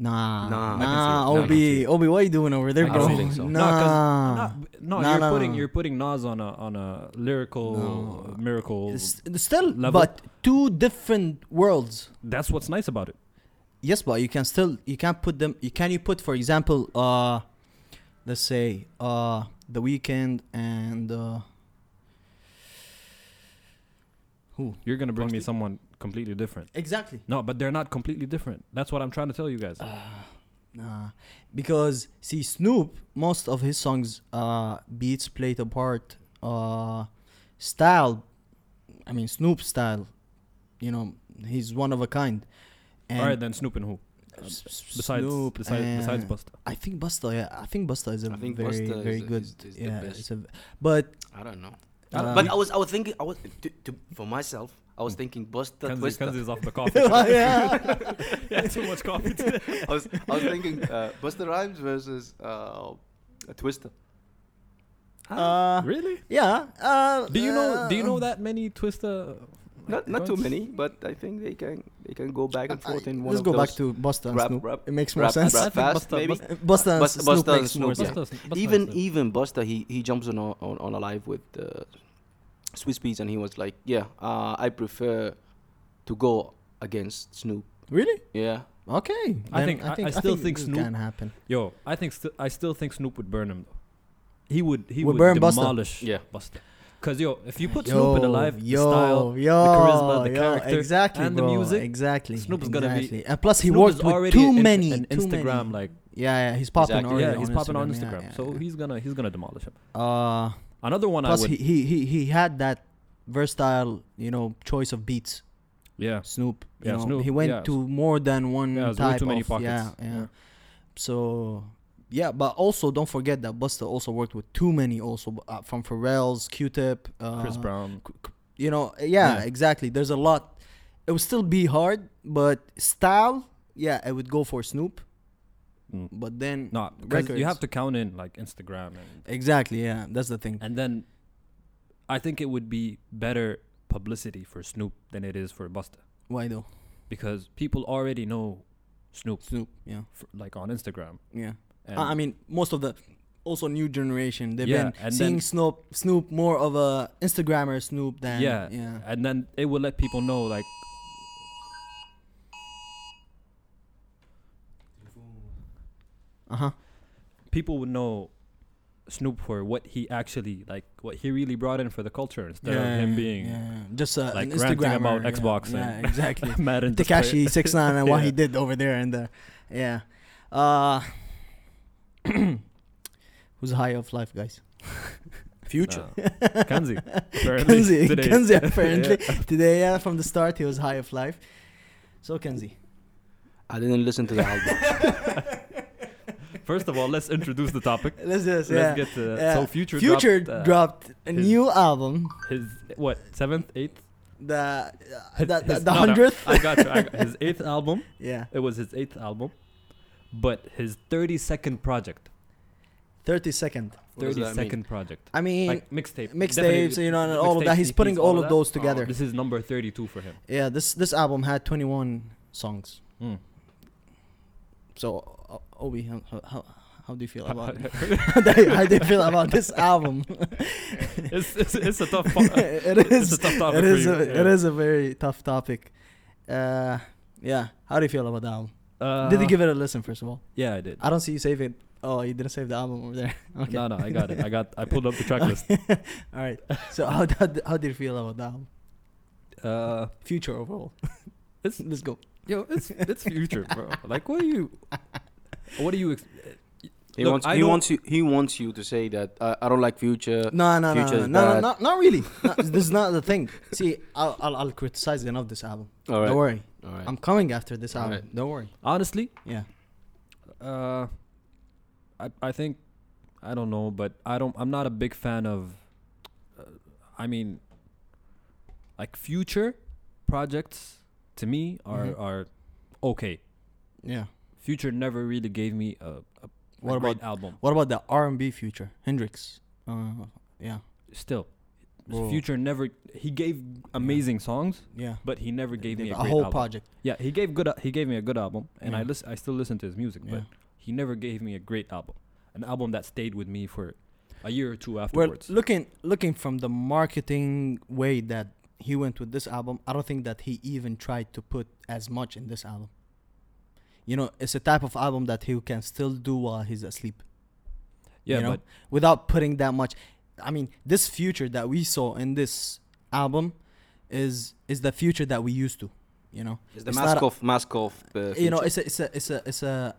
Speaker 1: Nah,
Speaker 3: Nah,
Speaker 1: nah,
Speaker 3: I
Speaker 1: nah,
Speaker 3: can see it. Nah, I can see
Speaker 1: Obi,
Speaker 3: it.
Speaker 1: Obi, what are you doing over there,
Speaker 3: I
Speaker 1: bro?
Speaker 3: don't think so.
Speaker 2: No, 'cause-
Speaker 1: Nah.
Speaker 2: No,
Speaker 1: Nah,
Speaker 2: you're
Speaker 1: nah,
Speaker 2: putting
Speaker 1: nah.
Speaker 2: you're putting Nas on a on a lyrical
Speaker 1: No.
Speaker 2: miracle.
Speaker 1: S- still,
Speaker 2: Level.
Speaker 1: but two different worlds.
Speaker 2: That's what's nice about it.
Speaker 1: Yes, but you can still you can put them. You can you put, for example, uh, let's say uh, the weekend and uh, who
Speaker 2: You're gonna bring me someone completely different.
Speaker 1: exactly?
Speaker 2: No, but they're not completely different. That's what I'm trying to tell you guys.
Speaker 1: Uh, Nah, because see, Snoop, most of his songs, uh, beats played a part, uh, style. I mean, Snoop style. You know, he's one of a kind. And
Speaker 2: All right, then Snoop and who?
Speaker 1: s- s-
Speaker 2: Besides,
Speaker 1: Snoop
Speaker 2: besides, besides
Speaker 1: and-
Speaker 2: Busta.
Speaker 1: I think Busta, yeah, I think Busta is a
Speaker 3: I think
Speaker 1: very,
Speaker 3: Busta is
Speaker 1: very
Speaker 3: the-
Speaker 1: good.
Speaker 3: is- is the
Speaker 1: yeah,
Speaker 3: best.
Speaker 1: it's a, but uh,
Speaker 3: I don't know.
Speaker 1: I don't-
Speaker 3: but
Speaker 1: we-
Speaker 3: I was I was thinking I was to, to, for myself. I was thinking Busta
Speaker 2: Kenzie,
Speaker 3: Twista.
Speaker 2: Kenzie's off the coffee.
Speaker 1: yeah,
Speaker 2: yeah, too much coffee today.
Speaker 3: I was I was thinking uh, Busta Rhymes versus uh, a Twista.
Speaker 1: uh,
Speaker 2: really?
Speaker 1: yeah. Uh,
Speaker 2: Do you know? Do you know
Speaker 1: uh,
Speaker 2: that many Twista?
Speaker 3: Not not too
Speaker 2: joints?
Speaker 3: many, but I think they can they can go back and forth in one.
Speaker 1: Let's
Speaker 3: of
Speaker 1: go
Speaker 3: those.
Speaker 1: back to Busta and
Speaker 3: rap-
Speaker 1: Snoop.
Speaker 3: rap-
Speaker 1: it makes more
Speaker 3: rap-
Speaker 1: sense.
Speaker 3: rap
Speaker 2: I think
Speaker 3: fast,
Speaker 2: Busta-
Speaker 3: maybe.
Speaker 2: Busta-
Speaker 1: Busta and
Speaker 3: Busta-
Speaker 1: Snoop
Speaker 3: Busta and
Speaker 1: makes more
Speaker 3: Snoop,
Speaker 1: sense.
Speaker 3: yeah.
Speaker 2: Busta's- Busta's
Speaker 3: even
Speaker 2: the-
Speaker 3: even Buster, he he jumps on a, on, on a live with uh, Swiss Beats, and he was like, "Yeah, uh, I prefer to go against Snoop."
Speaker 1: Really?
Speaker 3: Yeah,
Speaker 1: Okay.
Speaker 2: I
Speaker 1: then
Speaker 2: think- I- I still think
Speaker 1: this
Speaker 2: Snoop
Speaker 1: can happen.
Speaker 2: Yo, I think st- I still think Snoop would burn him. though. He would he
Speaker 1: Would
Speaker 2: would,
Speaker 1: burn Busta?
Speaker 2: demolish
Speaker 3: Yeah.
Speaker 2: Busta. Cause yo, if you put Snoop in a live
Speaker 1: yo,
Speaker 2: style,
Speaker 1: yo,
Speaker 2: the charisma, the
Speaker 1: yo,
Speaker 2: character,
Speaker 1: exactly,
Speaker 2: and the
Speaker 1: bro,
Speaker 2: music,
Speaker 1: exactly.
Speaker 2: Snoop's gonna be-
Speaker 1: exactly. And plus, he
Speaker 2: Snoop
Speaker 1: worked
Speaker 2: is
Speaker 1: with
Speaker 2: already
Speaker 1: too
Speaker 2: an-
Speaker 1: many,
Speaker 2: an
Speaker 1: too
Speaker 2: Instagram
Speaker 1: many.
Speaker 2: like
Speaker 1: Yeah, yeah, he's popping
Speaker 3: Exactly.
Speaker 1: already.
Speaker 2: yeah, he's popping on
Speaker 1: yeah,
Speaker 2: Instagram,
Speaker 1: yeah,
Speaker 2: so
Speaker 1: yeah.
Speaker 2: he's gonna he's gonna demolish him.
Speaker 1: Uh,
Speaker 2: Another one
Speaker 1: plus
Speaker 2: I would
Speaker 1: he, he he he had that versatile, you know, choice of beats.
Speaker 2: yeah
Speaker 1: Snoop, you
Speaker 2: Yeah,
Speaker 1: know,
Speaker 2: Snoop,
Speaker 1: he went
Speaker 2: yeah.
Speaker 1: to more than one
Speaker 2: yeah there's way
Speaker 1: type
Speaker 2: too many
Speaker 1: of
Speaker 2: pockets.
Speaker 1: yeah, yeah, So yeah, but also don't forget that Busta also worked with too many also b- uh, from Pharrell's, Q-Tip, uh,
Speaker 2: Chris Brown.
Speaker 1: You know, yeah,
Speaker 2: Yeah.
Speaker 1: exactly. There's a lot. It would still be hard, but style, yeah, I would go for Snoop.
Speaker 2: Mm.
Speaker 1: But then
Speaker 2: No, 'cause
Speaker 1: records.
Speaker 2: you have to count in like Instagram and
Speaker 1: exactly, yeah, that's the thing.
Speaker 2: and then I think it would be better publicity for Snoop than it is for Busta
Speaker 1: Why though?
Speaker 2: because people already know Snoop
Speaker 1: Snoop, yeah,
Speaker 2: f like on Instagram.
Speaker 1: yeah.
Speaker 2: And
Speaker 1: I I mean, most of the also new generation they've
Speaker 2: Yeah,
Speaker 1: been
Speaker 2: and
Speaker 1: seeing
Speaker 2: then-
Speaker 1: Snoop Snoop more of a Instagrammer Snoop than
Speaker 2: yeah,
Speaker 1: yeah.
Speaker 2: and then it will let people know like.
Speaker 1: Uh huh.
Speaker 2: people would know Snoop for what he actually like, what he really brought in for the culture instead of him being
Speaker 1: just uh,
Speaker 2: like
Speaker 1: an
Speaker 2: ranting about
Speaker 1: Instagrammer, yeah,
Speaker 2: Xbox
Speaker 1: Yeah,
Speaker 2: and
Speaker 1: exactly.
Speaker 2: mad and
Speaker 1: Takashi six nine and what he
Speaker 2: Yeah.
Speaker 1: did over there and there. Yeah. Uh, who's high of life, guys?
Speaker 2: future. Kanzi, apparently
Speaker 1: Kenzie,
Speaker 2: Uh, today.
Speaker 1: Kenzie apparently today. Yeah, from the start he was high of life. So Kenzie,
Speaker 3: I didn't listen to the album.
Speaker 2: First of all, let's introduce the topic.
Speaker 1: let's just yeah.
Speaker 2: Let's get to
Speaker 1: yeah.
Speaker 2: so future.
Speaker 1: Future
Speaker 2: dropped, uh,
Speaker 1: dropped, a
Speaker 2: his-
Speaker 1: new album.
Speaker 2: his what seventh, eighth,
Speaker 1: The uh,
Speaker 2: His-
Speaker 1: the- the
Speaker 2: his-
Speaker 1: the
Speaker 2: no, no,
Speaker 1: hundredth.
Speaker 2: I got you. I got, his eighth album.
Speaker 1: Yeah,
Speaker 2: It was his eighth album, but his thirty-second project.
Speaker 1: 30 second.
Speaker 3: What does
Speaker 2: Thirty
Speaker 3: that mean?
Speaker 2: second project.
Speaker 1: I mean,
Speaker 2: Like mixtape.
Speaker 1: mixtapes,
Speaker 2: Definitely
Speaker 1: you know, and all of
Speaker 2: mixtapes, E
Speaker 1: that. He's
Speaker 2: EPs,
Speaker 1: putting all of
Speaker 2: that. Oh,
Speaker 1: those together.
Speaker 2: This is number thirty two for him.
Speaker 1: yeah, this this album had 21 songs. So, uh, Obi, how, how- how how do you feel about how do you feel about this album?
Speaker 2: it's, it's, it's a tough. Po-
Speaker 1: it is
Speaker 2: it's a tough topic
Speaker 1: it
Speaker 2: for
Speaker 1: is
Speaker 2: you.
Speaker 1: a,
Speaker 2: yeah.
Speaker 1: it is a very tough topic. Uh, yeah, how do you feel about the album? Did you give it a listen first of all?
Speaker 2: Uh, Yeah, I did.
Speaker 1: I don't see you saving. Oh, you didn't save the album over there. Okay.
Speaker 2: No, no, I got it. I got. I pulled up the track list.
Speaker 1: all right. So how did, how did you feel about the album?
Speaker 2: Uh,
Speaker 1: Future overall.
Speaker 2: It's-
Speaker 1: Let's go.
Speaker 2: yo, it's it's future, bro. Like, what are you? What do you? Ex-
Speaker 3: He
Speaker 2: Look,
Speaker 3: wants
Speaker 2: I
Speaker 3: he
Speaker 2: don't-
Speaker 3: wants you he wants you to say that I, I don't like future.
Speaker 1: No, no, no, no,
Speaker 3: Future's
Speaker 1: no, no,
Speaker 3: bad.
Speaker 1: not, not really. No, this is not the thing. See, I'll, I'll, I'll criticize enough this album.
Speaker 3: All right.
Speaker 1: Don't worry.
Speaker 3: All right.
Speaker 1: I'm coming after this album.
Speaker 3: Alright.
Speaker 1: Don't worry.
Speaker 2: honestly,
Speaker 1: Yeah.
Speaker 2: uh, I I think I don't know, but I don't. I'm not a big fan of. Uh, I mean, like future projects to me are
Speaker 1: Mhm.
Speaker 2: are okay.
Speaker 1: Yeah.
Speaker 2: Future never really gave me a, a
Speaker 1: What
Speaker 2: a great
Speaker 1: about-
Speaker 2: album.
Speaker 1: What about the R&B future? Hendrix. Uh, yeah.
Speaker 2: Still,
Speaker 1: Bro.
Speaker 2: Future never. He gave amazing songs,
Speaker 1: Yeah.
Speaker 2: but he never gave me a,
Speaker 1: a
Speaker 2: great
Speaker 1: whole
Speaker 2: album.
Speaker 1: project.
Speaker 2: Yeah, he gave good. He gave me a good album, and I
Speaker 1: Yeah.
Speaker 2: listen. I still listen to his music,
Speaker 1: Yeah.
Speaker 2: but he never gave me a great album, an album that stayed with me for a year or two afterwards.
Speaker 1: Well, looking looking from the marketing way that he went with this album, I don't think that he even tried to put as much in this album. You know, it's a type of album that he can still do while he's asleep.
Speaker 2: yeah,
Speaker 1: you know,
Speaker 2: but
Speaker 1: without putting that much. I mean, this future that we saw in this album is is the future that we used to. You know,
Speaker 3: It's the
Speaker 1: It's not
Speaker 3: mask
Speaker 1: a-
Speaker 3: off mask off. Uh,
Speaker 1: you know,
Speaker 3: Future.
Speaker 1: it's a it's a it's a it's a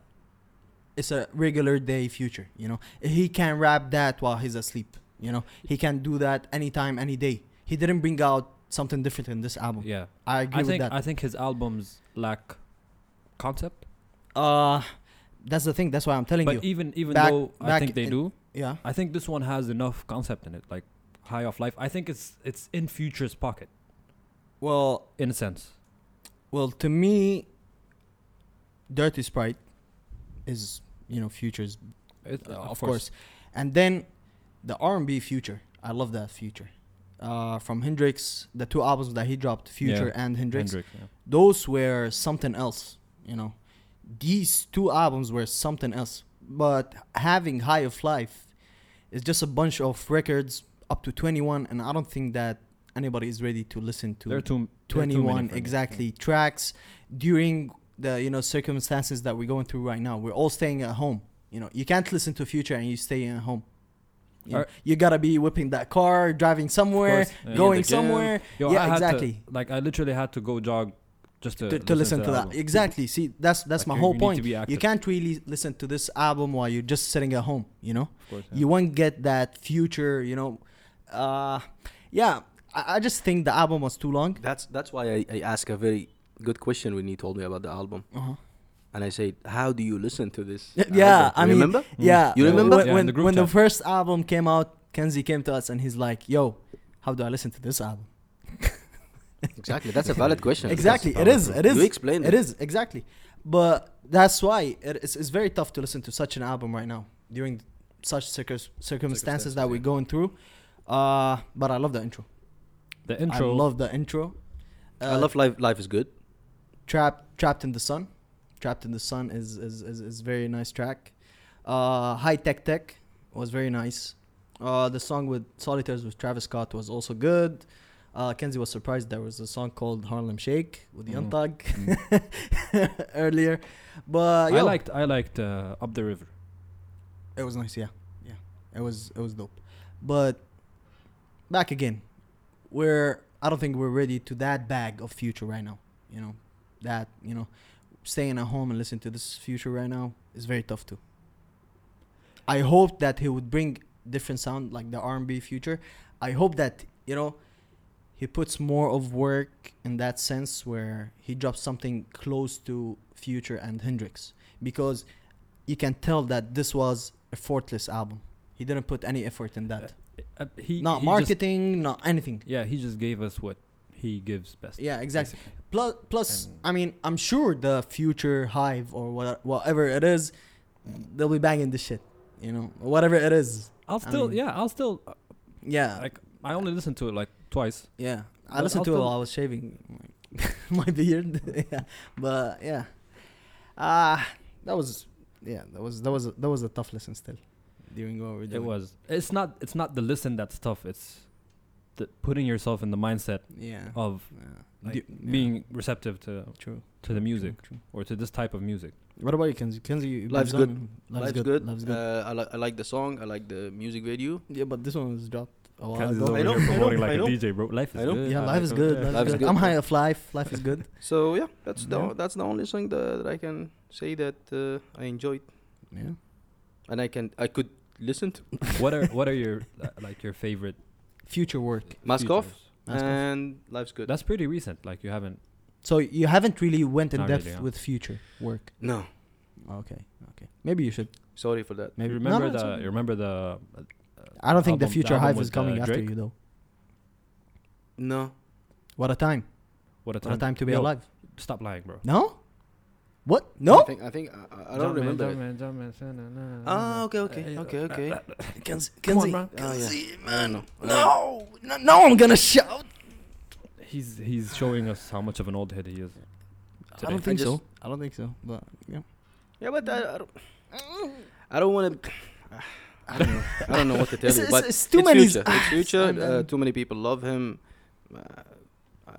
Speaker 1: it's a regular day future. You know, he can rap that while he's asleep. You know, he can do that anytime, any day. He didn't bring out something different in this album.
Speaker 2: yeah,
Speaker 1: I agree
Speaker 2: I
Speaker 1: with
Speaker 2: think
Speaker 1: that.
Speaker 2: I think his albums lack concept.
Speaker 1: uh, that's the thing. That's why I'm telling you.
Speaker 2: But e even even
Speaker 1: Back-
Speaker 2: though I
Speaker 1: back
Speaker 2: think they
Speaker 1: in-
Speaker 2: do,
Speaker 1: yeah,
Speaker 2: I think this one has enough concept in it, like High Off Life. I think it's it's in Future's pocket
Speaker 1: well,
Speaker 2: in a sense.
Speaker 1: Well, to me, Dirty Sprite is you know Future's
Speaker 2: It-
Speaker 1: uh, of course, and then the R and B Future. I love that Future. Uh, from Hendrix, the two albums that he dropped, Future and Hendrix,
Speaker 2: Hendrix, yeah.
Speaker 1: those were something else. You know, these two albums were something else. But having High of Life is just a bunch of records up to 21, and I don't think that anybody is ready to listen to.
Speaker 2: There are too there are too many
Speaker 1: 21
Speaker 2: for me.
Speaker 1: exactly tracks during the you know circumstances that we're going through right now we're all staying at home you know you can't listen to future and you stay at home you, know,
Speaker 2: Or-
Speaker 1: you gotta be whipping that car driving somewhere
Speaker 2: course, yeah.
Speaker 1: going
Speaker 3: In the gym.
Speaker 1: somewhere
Speaker 2: Yo,
Speaker 1: yeah
Speaker 2: I had to-
Speaker 1: exactly
Speaker 2: like I literally had to go jog just to,
Speaker 1: to, to listen to
Speaker 2: the
Speaker 1: that
Speaker 2: album.
Speaker 1: exactly see that's that's
Speaker 2: Like,
Speaker 1: my
Speaker 2: you-
Speaker 1: whole
Speaker 2: you need to
Speaker 1: point
Speaker 2: be
Speaker 1: you
Speaker 2: active.
Speaker 1: can't really listen to this album while you're just sitting at home you know
Speaker 2: Of course, yeah.
Speaker 1: you won't get that future you know uh yeah I, I just think the album was too long
Speaker 3: That's that's why I, I asked a very good question when you told me about the album,
Speaker 1: uh-huh.
Speaker 3: and I said, "How do you listen to this?"
Speaker 1: Y- Yeah,
Speaker 3: album?"
Speaker 1: I
Speaker 3: You
Speaker 1: mean,
Speaker 3: remember? Mm.
Speaker 1: yeah,
Speaker 3: You
Speaker 1: when-
Speaker 3: remember?
Speaker 1: when
Speaker 2: Yeah, in
Speaker 1: when,
Speaker 2: the group
Speaker 1: when the
Speaker 2: chat.
Speaker 1: first album came out? Kenzie came to us and he's like, "Yo, how do I listen to this album?"
Speaker 3: Exactly. That's a valid question.
Speaker 1: exactly, it is, it is,
Speaker 3: You explained
Speaker 1: it
Speaker 3: it.
Speaker 1: is exactly. But that's why it- it's, it's very tough to listen to such an album right now during such circus, circumstances, that we're going through. Uh, but I love the intro.
Speaker 2: the intro.
Speaker 1: I love the intro. Uh,
Speaker 3: I love life. Life is good.
Speaker 1: Trap Trapped in the Sun. Trapped in the Sun is is is, is very nice track. Uh, High Tech Tech was very nice. Uh, the song with Solitaires with Travis Scott was also good. Uh, Kenzie was surprised there was a song called Harlem Shake with Young
Speaker 2: Mm.
Speaker 1: Thug earlier, but
Speaker 2: I
Speaker 1: yo,
Speaker 2: liked I liked uh, Up the River.
Speaker 1: it was nice. Yeah, yeah, it was it was dope. But back again, we're I don't think we're ready to that bag of future right now. You know, that you know, staying at home and listening to this future right now is very tough too. I hope that he would bring different sound like the R and B future. I hope that you know he puts more of work in that sense where he drops something close to future and Hendrix because you can tell that this was a effortless album. He didn't put any effort in that.
Speaker 2: Uh, he
Speaker 1: not
Speaker 2: he just-
Speaker 1: marketing, not anything.
Speaker 2: yeah, he just gave us what he gives best.
Speaker 1: Yeah, exactly.
Speaker 2: basically.
Speaker 1: Plus, plus,
Speaker 2: And-
Speaker 1: I mean, I'm sure the future Hive or what, whatever it is, they'll be banging this shit. you know, whatever it is.
Speaker 2: I'll
Speaker 1: I
Speaker 2: still,
Speaker 1: mean-
Speaker 2: yeah, I'll still. uh,
Speaker 1: Yeah,
Speaker 2: Like, I only listened to it like twice.
Speaker 1: yeah. I
Speaker 2: But
Speaker 1: listened
Speaker 2: I'll
Speaker 1: to it
Speaker 2: still-
Speaker 1: while I was shaving my beard. yeah, but yeah, ah, that was yeah, that was that was that was a tough listen still. During what we were
Speaker 2: It
Speaker 1: doing.
Speaker 2: was. It's not. It's not the listen that's tough. It's the putting yourself in the mindset
Speaker 1: Yeah.
Speaker 2: of
Speaker 1: yeah.
Speaker 2: like,
Speaker 1: Du- yeah.
Speaker 2: being receptive to
Speaker 1: true
Speaker 2: to the music
Speaker 1: True, true.
Speaker 2: or to this type of music.
Speaker 1: What about you, Kenzie? Kenzie, you- you've been
Speaker 3: Life's good.
Speaker 1: jamming.
Speaker 3: Life's good.
Speaker 1: Life's good.
Speaker 3: Uh, I, li- I like the song. I like the music video.
Speaker 1: yeah, but this one was dropped a while
Speaker 2: Kansas
Speaker 1: ago.
Speaker 2: is over
Speaker 3: I know,
Speaker 2: here
Speaker 3: I know,
Speaker 2: promoting like
Speaker 3: I
Speaker 2: a
Speaker 3: know.
Speaker 2: DJ, bro. Life is
Speaker 3: I know.
Speaker 2: good.
Speaker 1: Yeah,
Speaker 2: I
Speaker 1: life
Speaker 2: like
Speaker 1: is
Speaker 2: it.
Speaker 1: good.
Speaker 2: Yeah.
Speaker 1: Life
Speaker 3: Life's
Speaker 1: is good.
Speaker 3: good,
Speaker 1: I'm
Speaker 3: yeah.
Speaker 1: high of life. Life is good.
Speaker 3: So yeah, that's the
Speaker 1: Yeah.
Speaker 3: that's the only song that, that I can say that uh, I enjoyed
Speaker 1: Yeah.
Speaker 3: and I can I could listen to.
Speaker 2: what are what are your uh, like your favorite
Speaker 1: Future work.
Speaker 3: Mask off
Speaker 2: features?
Speaker 1: Mask Off.
Speaker 3: and life's good.
Speaker 2: That's pretty recent. Like you haven't.
Speaker 1: So you haven't really went in
Speaker 2: Not
Speaker 1: depth
Speaker 2: really, yeah.
Speaker 1: with future work.
Speaker 3: no,
Speaker 1: Okay. Okay. Maybe you should.
Speaker 3: sorry for that.
Speaker 1: Maybe
Speaker 2: you remember
Speaker 1: No, no, it's
Speaker 2: the
Speaker 1: okay.
Speaker 2: you remember the uh,
Speaker 1: I don't think the
Speaker 2: album- the
Speaker 1: future
Speaker 2: album
Speaker 1: hive
Speaker 2: with,
Speaker 1: is coming
Speaker 2: uh,
Speaker 1: after
Speaker 2: Drake?
Speaker 1: you though.
Speaker 3: No,
Speaker 1: What a time.
Speaker 2: what a
Speaker 1: What a time to be
Speaker 2: Yo,
Speaker 1: alive.
Speaker 2: Stop lying, bro.
Speaker 1: No. What?
Speaker 3: I
Speaker 1: No.
Speaker 3: think I think I- I, I don't remember. it. Ah, okay, okay,
Speaker 1: Uh,
Speaker 3: okay, okay.
Speaker 1: Kenzie.
Speaker 2: Kenzie.
Speaker 1: Kenzie.
Speaker 3: Ah, yeah. I know. I know.
Speaker 1: No. No. no, I'm gonna shout.
Speaker 2: He's he's showing us how much of an old head he is.
Speaker 1: I
Speaker 2: today.
Speaker 1: don't think
Speaker 3: I
Speaker 1: so.
Speaker 3: just-
Speaker 1: I don't think so. But yeah.
Speaker 3: Yeah, but I, I don't. I don't want to. I don't know. I don't know what to tell
Speaker 1: It's-
Speaker 3: you.
Speaker 1: it's-
Speaker 3: But
Speaker 1: it's too many-
Speaker 3: Future. It's future.
Speaker 1: and
Speaker 3: Uh,
Speaker 1: then-
Speaker 3: too many people love him. Uh, I,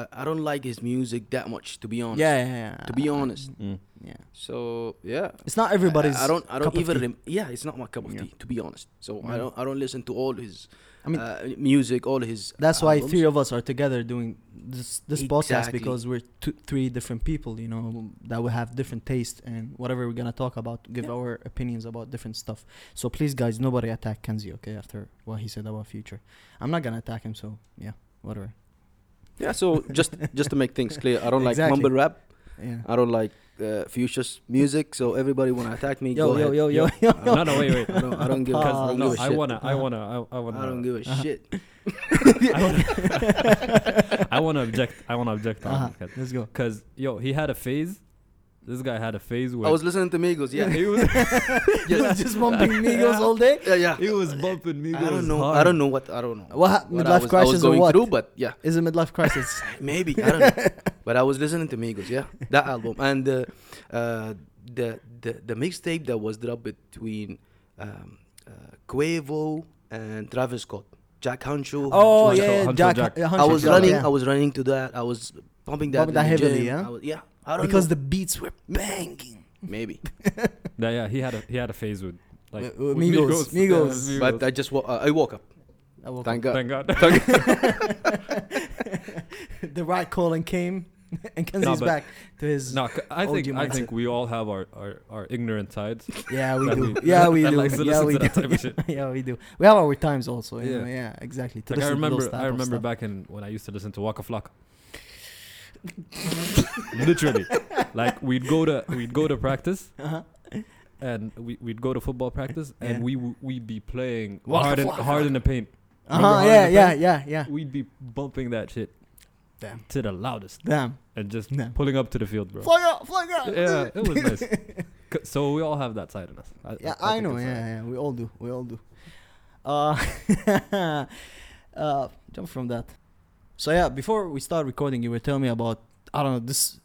Speaker 3: I, I don't like his music that much, to be honest.
Speaker 1: Yeah, yeah, yeah.
Speaker 3: To be honest.
Speaker 2: Mm.
Speaker 1: Yeah.
Speaker 3: So yeah.
Speaker 1: It's not everybody's.
Speaker 3: I, I don't. I
Speaker 1: cup
Speaker 3: don't
Speaker 1: of
Speaker 3: even.
Speaker 1: tea.
Speaker 3: Rem- yeah, it's not my cup of
Speaker 1: Yeah.
Speaker 3: tea, to be honest. So
Speaker 1: Yeah.
Speaker 3: I don't. I don't listen to all his.
Speaker 1: I mean-
Speaker 3: uh, music. All his.
Speaker 1: That's why
Speaker 3: albums.
Speaker 1: three of us are together doing this this podcast
Speaker 3: Exactly.
Speaker 1: because we're two, three different people, you know, that will have different taste and whatever we're gonna talk about, give
Speaker 3: Yeah.
Speaker 1: our opinions about different stuff. So please, guys, nobody attack Kenzie, okay? After what he said about future, I'm not gonna attack him. So yeah, whatever.
Speaker 3: Yeah. So just just to make things clear, I don't like
Speaker 1: Exactly.
Speaker 3: mumble rap.
Speaker 1: Yeah.
Speaker 3: I don't like uh, future's music. So everybody wanna attack me.
Speaker 1: Yo
Speaker 3: go
Speaker 1: yo,
Speaker 3: ahead.
Speaker 1: yo yo yo yo.
Speaker 2: No, no, wait, wait.
Speaker 3: I don't. I don't give. a-
Speaker 1: Because,
Speaker 3: I
Speaker 2: Because
Speaker 3: don't
Speaker 2: no,
Speaker 3: give a
Speaker 2: I
Speaker 3: shit.
Speaker 2: wanna, I wanna, I, I wanna.
Speaker 3: I don't give a
Speaker 1: Uh-huh.
Speaker 3: shit.
Speaker 2: I wanna, I wanna object. I wanna object
Speaker 1: Uh-huh.
Speaker 2: on because
Speaker 1: Let's go.
Speaker 2: yo, he had a phase. This guy had a phase where
Speaker 3: I was listening to Migos. Yeah,
Speaker 2: he was
Speaker 1: He was just bumping Migos all day.
Speaker 3: yeah, yeah.
Speaker 2: he was bumping Migos.
Speaker 3: I don't know.
Speaker 2: Hard.
Speaker 3: I don't know what. I don't know.
Speaker 1: What hap-
Speaker 3: I
Speaker 1: midlife
Speaker 3: was, I was
Speaker 1: crisis or
Speaker 3: going
Speaker 1: what?
Speaker 3: through, but yeah,
Speaker 1: Is it midlife crisis?
Speaker 3: maybe I don't know. but I was listening to Migos. Yeah, that album and uh, uh, the the the mixtape that was dropped between um, uh, Quavo and Travis Scott, Jack Huncho.
Speaker 1: oh
Speaker 2: Huncho-
Speaker 1: yeah, yeah,
Speaker 2: Huncho
Speaker 1: Jack.
Speaker 2: Jack.
Speaker 1: yeah,
Speaker 3: I
Speaker 1: Huncho
Speaker 3: was
Speaker 1: Jack,
Speaker 3: running.
Speaker 1: yeah.
Speaker 3: I was running to that. I was pumping that.
Speaker 1: Pumping that
Speaker 3: in the
Speaker 1: heavily,
Speaker 3: gym.
Speaker 1: yeah?
Speaker 3: I was, yeah. I don't
Speaker 1: because
Speaker 3: know.
Speaker 1: the beats were banging.
Speaker 3: maybe.
Speaker 2: Yeah, yeah, he had a he had a phase with like
Speaker 1: Uh, uh, Migos, Migos.
Speaker 2: Yeah,
Speaker 3: But I just wa- uh, I woke up.
Speaker 1: I woke
Speaker 3: Thank God.
Speaker 2: Thank God.
Speaker 1: the right calling came, and Kenzie's
Speaker 2: but-
Speaker 1: back to his.
Speaker 2: no, c- I
Speaker 1: OG
Speaker 2: think I
Speaker 1: mindset.
Speaker 2: think we all have our our, our ignorant sides.
Speaker 1: Yeah, we
Speaker 2: that
Speaker 1: do.
Speaker 2: we-
Speaker 1: yeah, we
Speaker 2: that
Speaker 1: do.
Speaker 2: likes to
Speaker 1: Yeah,
Speaker 2: listen
Speaker 1: we
Speaker 2: to
Speaker 1: do.
Speaker 2: that type of shit.
Speaker 1: yeah, we do. We have our times also. You
Speaker 2: Yeah.
Speaker 1: know, yeah, exactly. To
Speaker 2: Like I
Speaker 1: listen to those
Speaker 2: remember
Speaker 1: type
Speaker 2: I
Speaker 1: of
Speaker 2: remember
Speaker 1: stuff.
Speaker 2: back in when I used to listen to Waka Flocka. Literally, like we'd go to we'd go to practice,
Speaker 1: Uh-huh.
Speaker 2: and we, we'd go to football practice, and
Speaker 1: Yeah.
Speaker 2: we w- we'd be playing
Speaker 1: Waka
Speaker 2: hard in,
Speaker 1: Flocka.
Speaker 2: hard in the paint. Remember
Speaker 1: Uh-huh,
Speaker 2: Hard in
Speaker 1: yeah,
Speaker 2: the
Speaker 1: yeah,
Speaker 2: Paint?
Speaker 1: yeah, yeah.
Speaker 2: We'd be bumping that shit
Speaker 1: Damn.
Speaker 2: to the loudest
Speaker 1: Damn.
Speaker 2: and just
Speaker 1: Damn.
Speaker 2: pulling up to the field, bro.
Speaker 1: Flag out, flag out.
Speaker 2: Yeah, it was nice. C- So we all have that side in us.
Speaker 1: Yeah,
Speaker 2: I
Speaker 1: I,
Speaker 2: think
Speaker 1: know.
Speaker 2: it's
Speaker 1: Yeah,
Speaker 2: all right.
Speaker 1: yeah, we all do. We all do. Uh, uh, jump from that. So yeah, before we start recording, you were telling me about I don't know this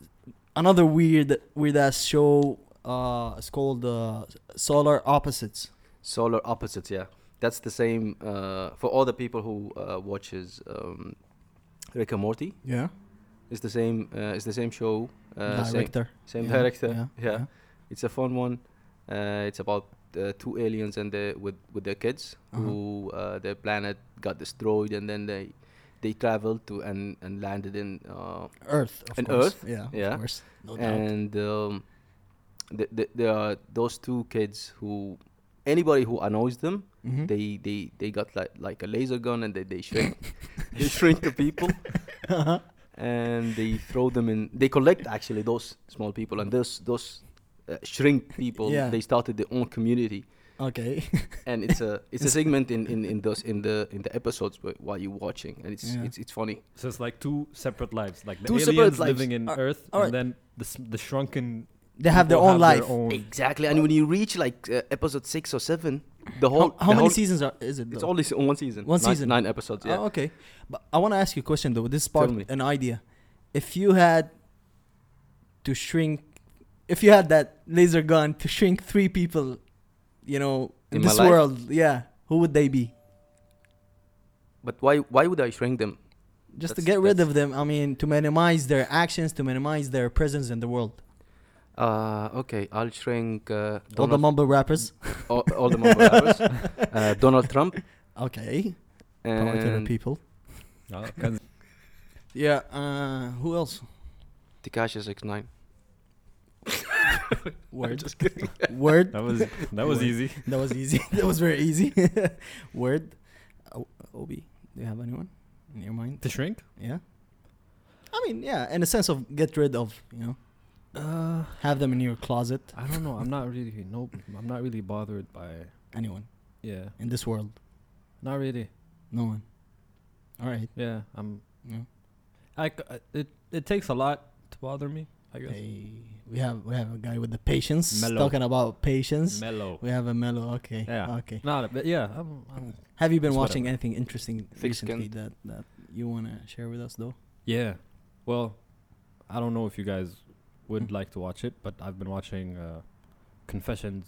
Speaker 1: another weird weird ass show. Uh, it's called uh, Solar Opposites.
Speaker 3: Solar opposites, yeah. That's the same uh, for all the people who uh, watches um, Rick and Morty.
Speaker 1: Yeah.
Speaker 3: It's the same. Uh, it's the same show. Uh, same
Speaker 1: Director.
Speaker 3: same
Speaker 1: Yeah,
Speaker 3: director. Yeah,
Speaker 1: yeah, yeah.
Speaker 3: It's a fun one. Uh, it's about uh, two aliens and they with with their kids
Speaker 1: Uh-huh.
Speaker 3: who uh, their planet got destroyed and then they they traveled to and and landed in uh,
Speaker 1: Earth. Of
Speaker 3: And
Speaker 1: course.
Speaker 3: Earth,
Speaker 1: Yeah.
Speaker 3: yeah.
Speaker 1: Of course. Oh, No doubt.
Speaker 3: and um, th- th- there are uh, those two kids who anybody who annoys them
Speaker 1: Mhm.
Speaker 3: they they they got like like a laser gun and they, they shrink they shrink the people
Speaker 1: Uh-huh.
Speaker 3: and they throw them in they collect actually those small people and those those uh, shrink people
Speaker 1: Yeah.
Speaker 3: they started their own community
Speaker 1: Okay.
Speaker 3: and it's a it's a segment in in in those in the in the episodes wh- while you're watching and it's
Speaker 1: Yeah.
Speaker 3: it's it's funny
Speaker 2: So it's like two separate lives, like the
Speaker 3: Two separate
Speaker 2: aliens
Speaker 3: lives.
Speaker 2: living in
Speaker 1: Ar-
Speaker 2: Earth,
Speaker 1: alright.
Speaker 2: and then the s- the shrunken
Speaker 1: They have their
Speaker 2: people
Speaker 1: own life.
Speaker 2: their own-
Speaker 3: Exactly. And when you reach like uh, episode six or seven, the whole
Speaker 1: How, how
Speaker 3: the
Speaker 1: many
Speaker 3: whole-
Speaker 1: seasons are, is it?
Speaker 3: It's
Speaker 1: though?
Speaker 3: only se- one season.
Speaker 1: One
Speaker 3: Nine-
Speaker 1: season.
Speaker 3: Nine episodes. Yeah.
Speaker 1: Oh, okay. But I want to ask you a question though. This
Speaker 3: Tell
Speaker 1: sparked
Speaker 3: me.
Speaker 1: an idea. If you had to shrink, if you had that laser gun to shrink three people, you know, in,
Speaker 3: In my
Speaker 1: this
Speaker 3: life?
Speaker 1: world, yeah, who would they be?
Speaker 3: But why why would I shrink them?
Speaker 1: Just to
Speaker 3: That's-
Speaker 1: get rid
Speaker 3: that's-
Speaker 1: of them. I mean, to minimize their actions, to minimize their presence in the world.
Speaker 3: Uh, okay, I'll shrink uh,
Speaker 1: All the
Speaker 3: Donald-
Speaker 1: mumble rappers.
Speaker 3: all, all the mumble rappers, uh, Donald Trump,
Speaker 1: Okay. Power to the
Speaker 3: and
Speaker 1: people.
Speaker 2: No, 'cause-
Speaker 1: Yeah. Uh, who else?
Speaker 3: Tekashi Six Nine.
Speaker 1: Word. Word.
Speaker 2: that was that was easy.
Speaker 1: That was easy. that was very easy. Word. O- Obi, do you have anyone in your mind?
Speaker 2: To shrink?
Speaker 1: Yeah. I mean, yeah, in a sense of get rid of, you know,
Speaker 2: Uh,
Speaker 1: have them in your closet.
Speaker 2: I don't know. I'm not really nope. I'm not really bothered by
Speaker 1: Anyone
Speaker 2: yeah.
Speaker 1: in this world,
Speaker 2: Not really.
Speaker 1: no one. All right.
Speaker 2: Yeah, I'm.
Speaker 1: Yeah.
Speaker 2: I c- I- it it takes a lot to bother me. I guess.
Speaker 1: Hey, we have we have a guy with the patience
Speaker 2: Mellow.
Speaker 1: talking about patience.
Speaker 2: Mellow.
Speaker 1: we have a mellow. Okay.
Speaker 2: Yeah.
Speaker 1: Okay.
Speaker 2: Not, but yeah, I'm, I'm
Speaker 1: Have you been
Speaker 2: It's
Speaker 1: watching
Speaker 2: whatever.
Speaker 1: anything interesting
Speaker 3: Thick-skinned.
Speaker 1: recently that that you wanna share with us though?
Speaker 2: Yeah. Well, I don't know if you guys would
Speaker 1: Mm.
Speaker 2: like to watch it, but I've been watching uh, Confessions.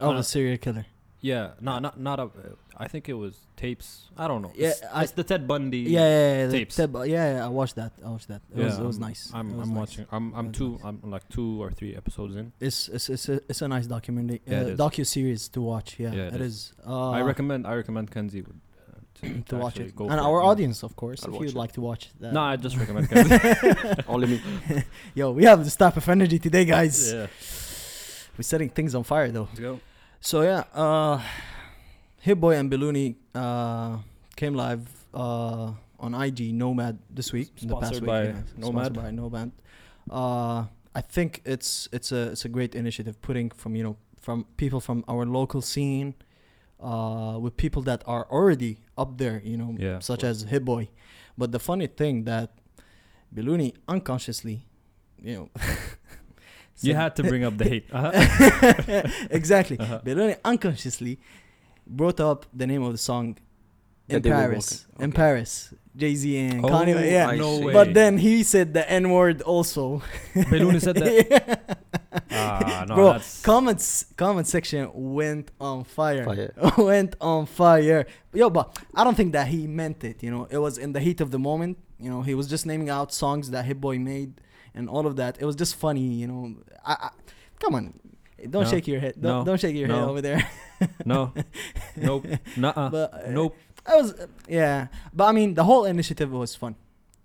Speaker 1: Oh,
Speaker 2: Uh,
Speaker 1: the serial killer.
Speaker 2: Yeah, no, not not a. uh, I think it was tapes. I don't know.
Speaker 1: Yeah,
Speaker 2: it's,
Speaker 1: I-
Speaker 2: it's the Ted Bundy.
Speaker 1: Yeah, yeah, yeah. the
Speaker 2: Tapes.
Speaker 1: Ted Bu- yeah, yeah, I watched that. I watched that. It was it
Speaker 2: Yeah,
Speaker 1: was
Speaker 2: I'm-
Speaker 1: nice.
Speaker 2: I'm
Speaker 1: It was
Speaker 2: I'm
Speaker 1: nice.
Speaker 2: watching. I'm I'm
Speaker 1: was
Speaker 2: two.
Speaker 1: nice.
Speaker 2: I'm like two or three episodes in.
Speaker 1: It's it's it's a, it's a nice documentary
Speaker 2: Yeah,
Speaker 1: uh,
Speaker 2: it is.
Speaker 1: docu series to watch. Yeah,
Speaker 2: Yeah, it
Speaker 1: it is. Uh,
Speaker 2: I recommend. I recommend Kenzie would uh,
Speaker 1: to, watch
Speaker 2: actually
Speaker 1: it,
Speaker 2: go
Speaker 1: and
Speaker 2: for
Speaker 1: our
Speaker 2: yeah.
Speaker 1: audience, uh, of course,
Speaker 3: I'll
Speaker 1: if
Speaker 3: watch
Speaker 1: you'd
Speaker 3: it.
Speaker 1: like to watch that.
Speaker 2: No, I just recommend Kenzie.
Speaker 3: Only me.
Speaker 1: Yo, we have the staff of energy today, guys.
Speaker 2: yeah.
Speaker 1: We're setting things on fire, though.
Speaker 2: Let's go.
Speaker 1: So yeah, uh, Hit Boy and Balloony uh, came live uh, on IG Nomad this week. in the past
Speaker 2: Sponsored
Speaker 1: week,
Speaker 2: by
Speaker 1: yeah,
Speaker 2: Nomad.
Speaker 1: Sponsored by Nomad. Uh, I think it's it's a it's a great initiative putting from you know from people from our local scene, uh, with people that are already up there, you know,
Speaker 2: Yeah, of
Speaker 1: such
Speaker 2: course.
Speaker 1: as Hit Boy. But the funny thing that Balloony unconsciously, you know,
Speaker 2: You
Speaker 1: said-
Speaker 2: had to bring up the hate. Uh-huh.
Speaker 1: exactly.
Speaker 2: Uh-huh.
Speaker 1: But only unconsciously brought up the name of the song in
Speaker 3: That they were
Speaker 1: Paris.
Speaker 3: walking.
Speaker 1: In
Speaker 3: Okay.
Speaker 1: Paris. Jay Z and
Speaker 2: Oh,
Speaker 1: Kanye. Yeah.
Speaker 3: I
Speaker 2: no
Speaker 3: see.
Speaker 2: way.
Speaker 1: But then he said the N word also.
Speaker 2: Balloony said that. Ah, no,
Speaker 1: Bro,
Speaker 2: that's
Speaker 1: comments comment section went on fire.
Speaker 3: Fire.
Speaker 1: went on fire. Yo, but I don't think that he meant it. You know, it was in the heat of the moment. You know, he was just naming out songs that Hit Boy made and all of that. It was just funny. You know, I, I come on, don't
Speaker 2: No.
Speaker 1: shake your head. Don't,
Speaker 2: No.
Speaker 1: don't shake your head
Speaker 2: No.
Speaker 1: over there.
Speaker 2: no, nope, nuh-uh.
Speaker 1: But, uh,
Speaker 2: nope.
Speaker 1: I was yeah, but I mean the whole initiative was fun.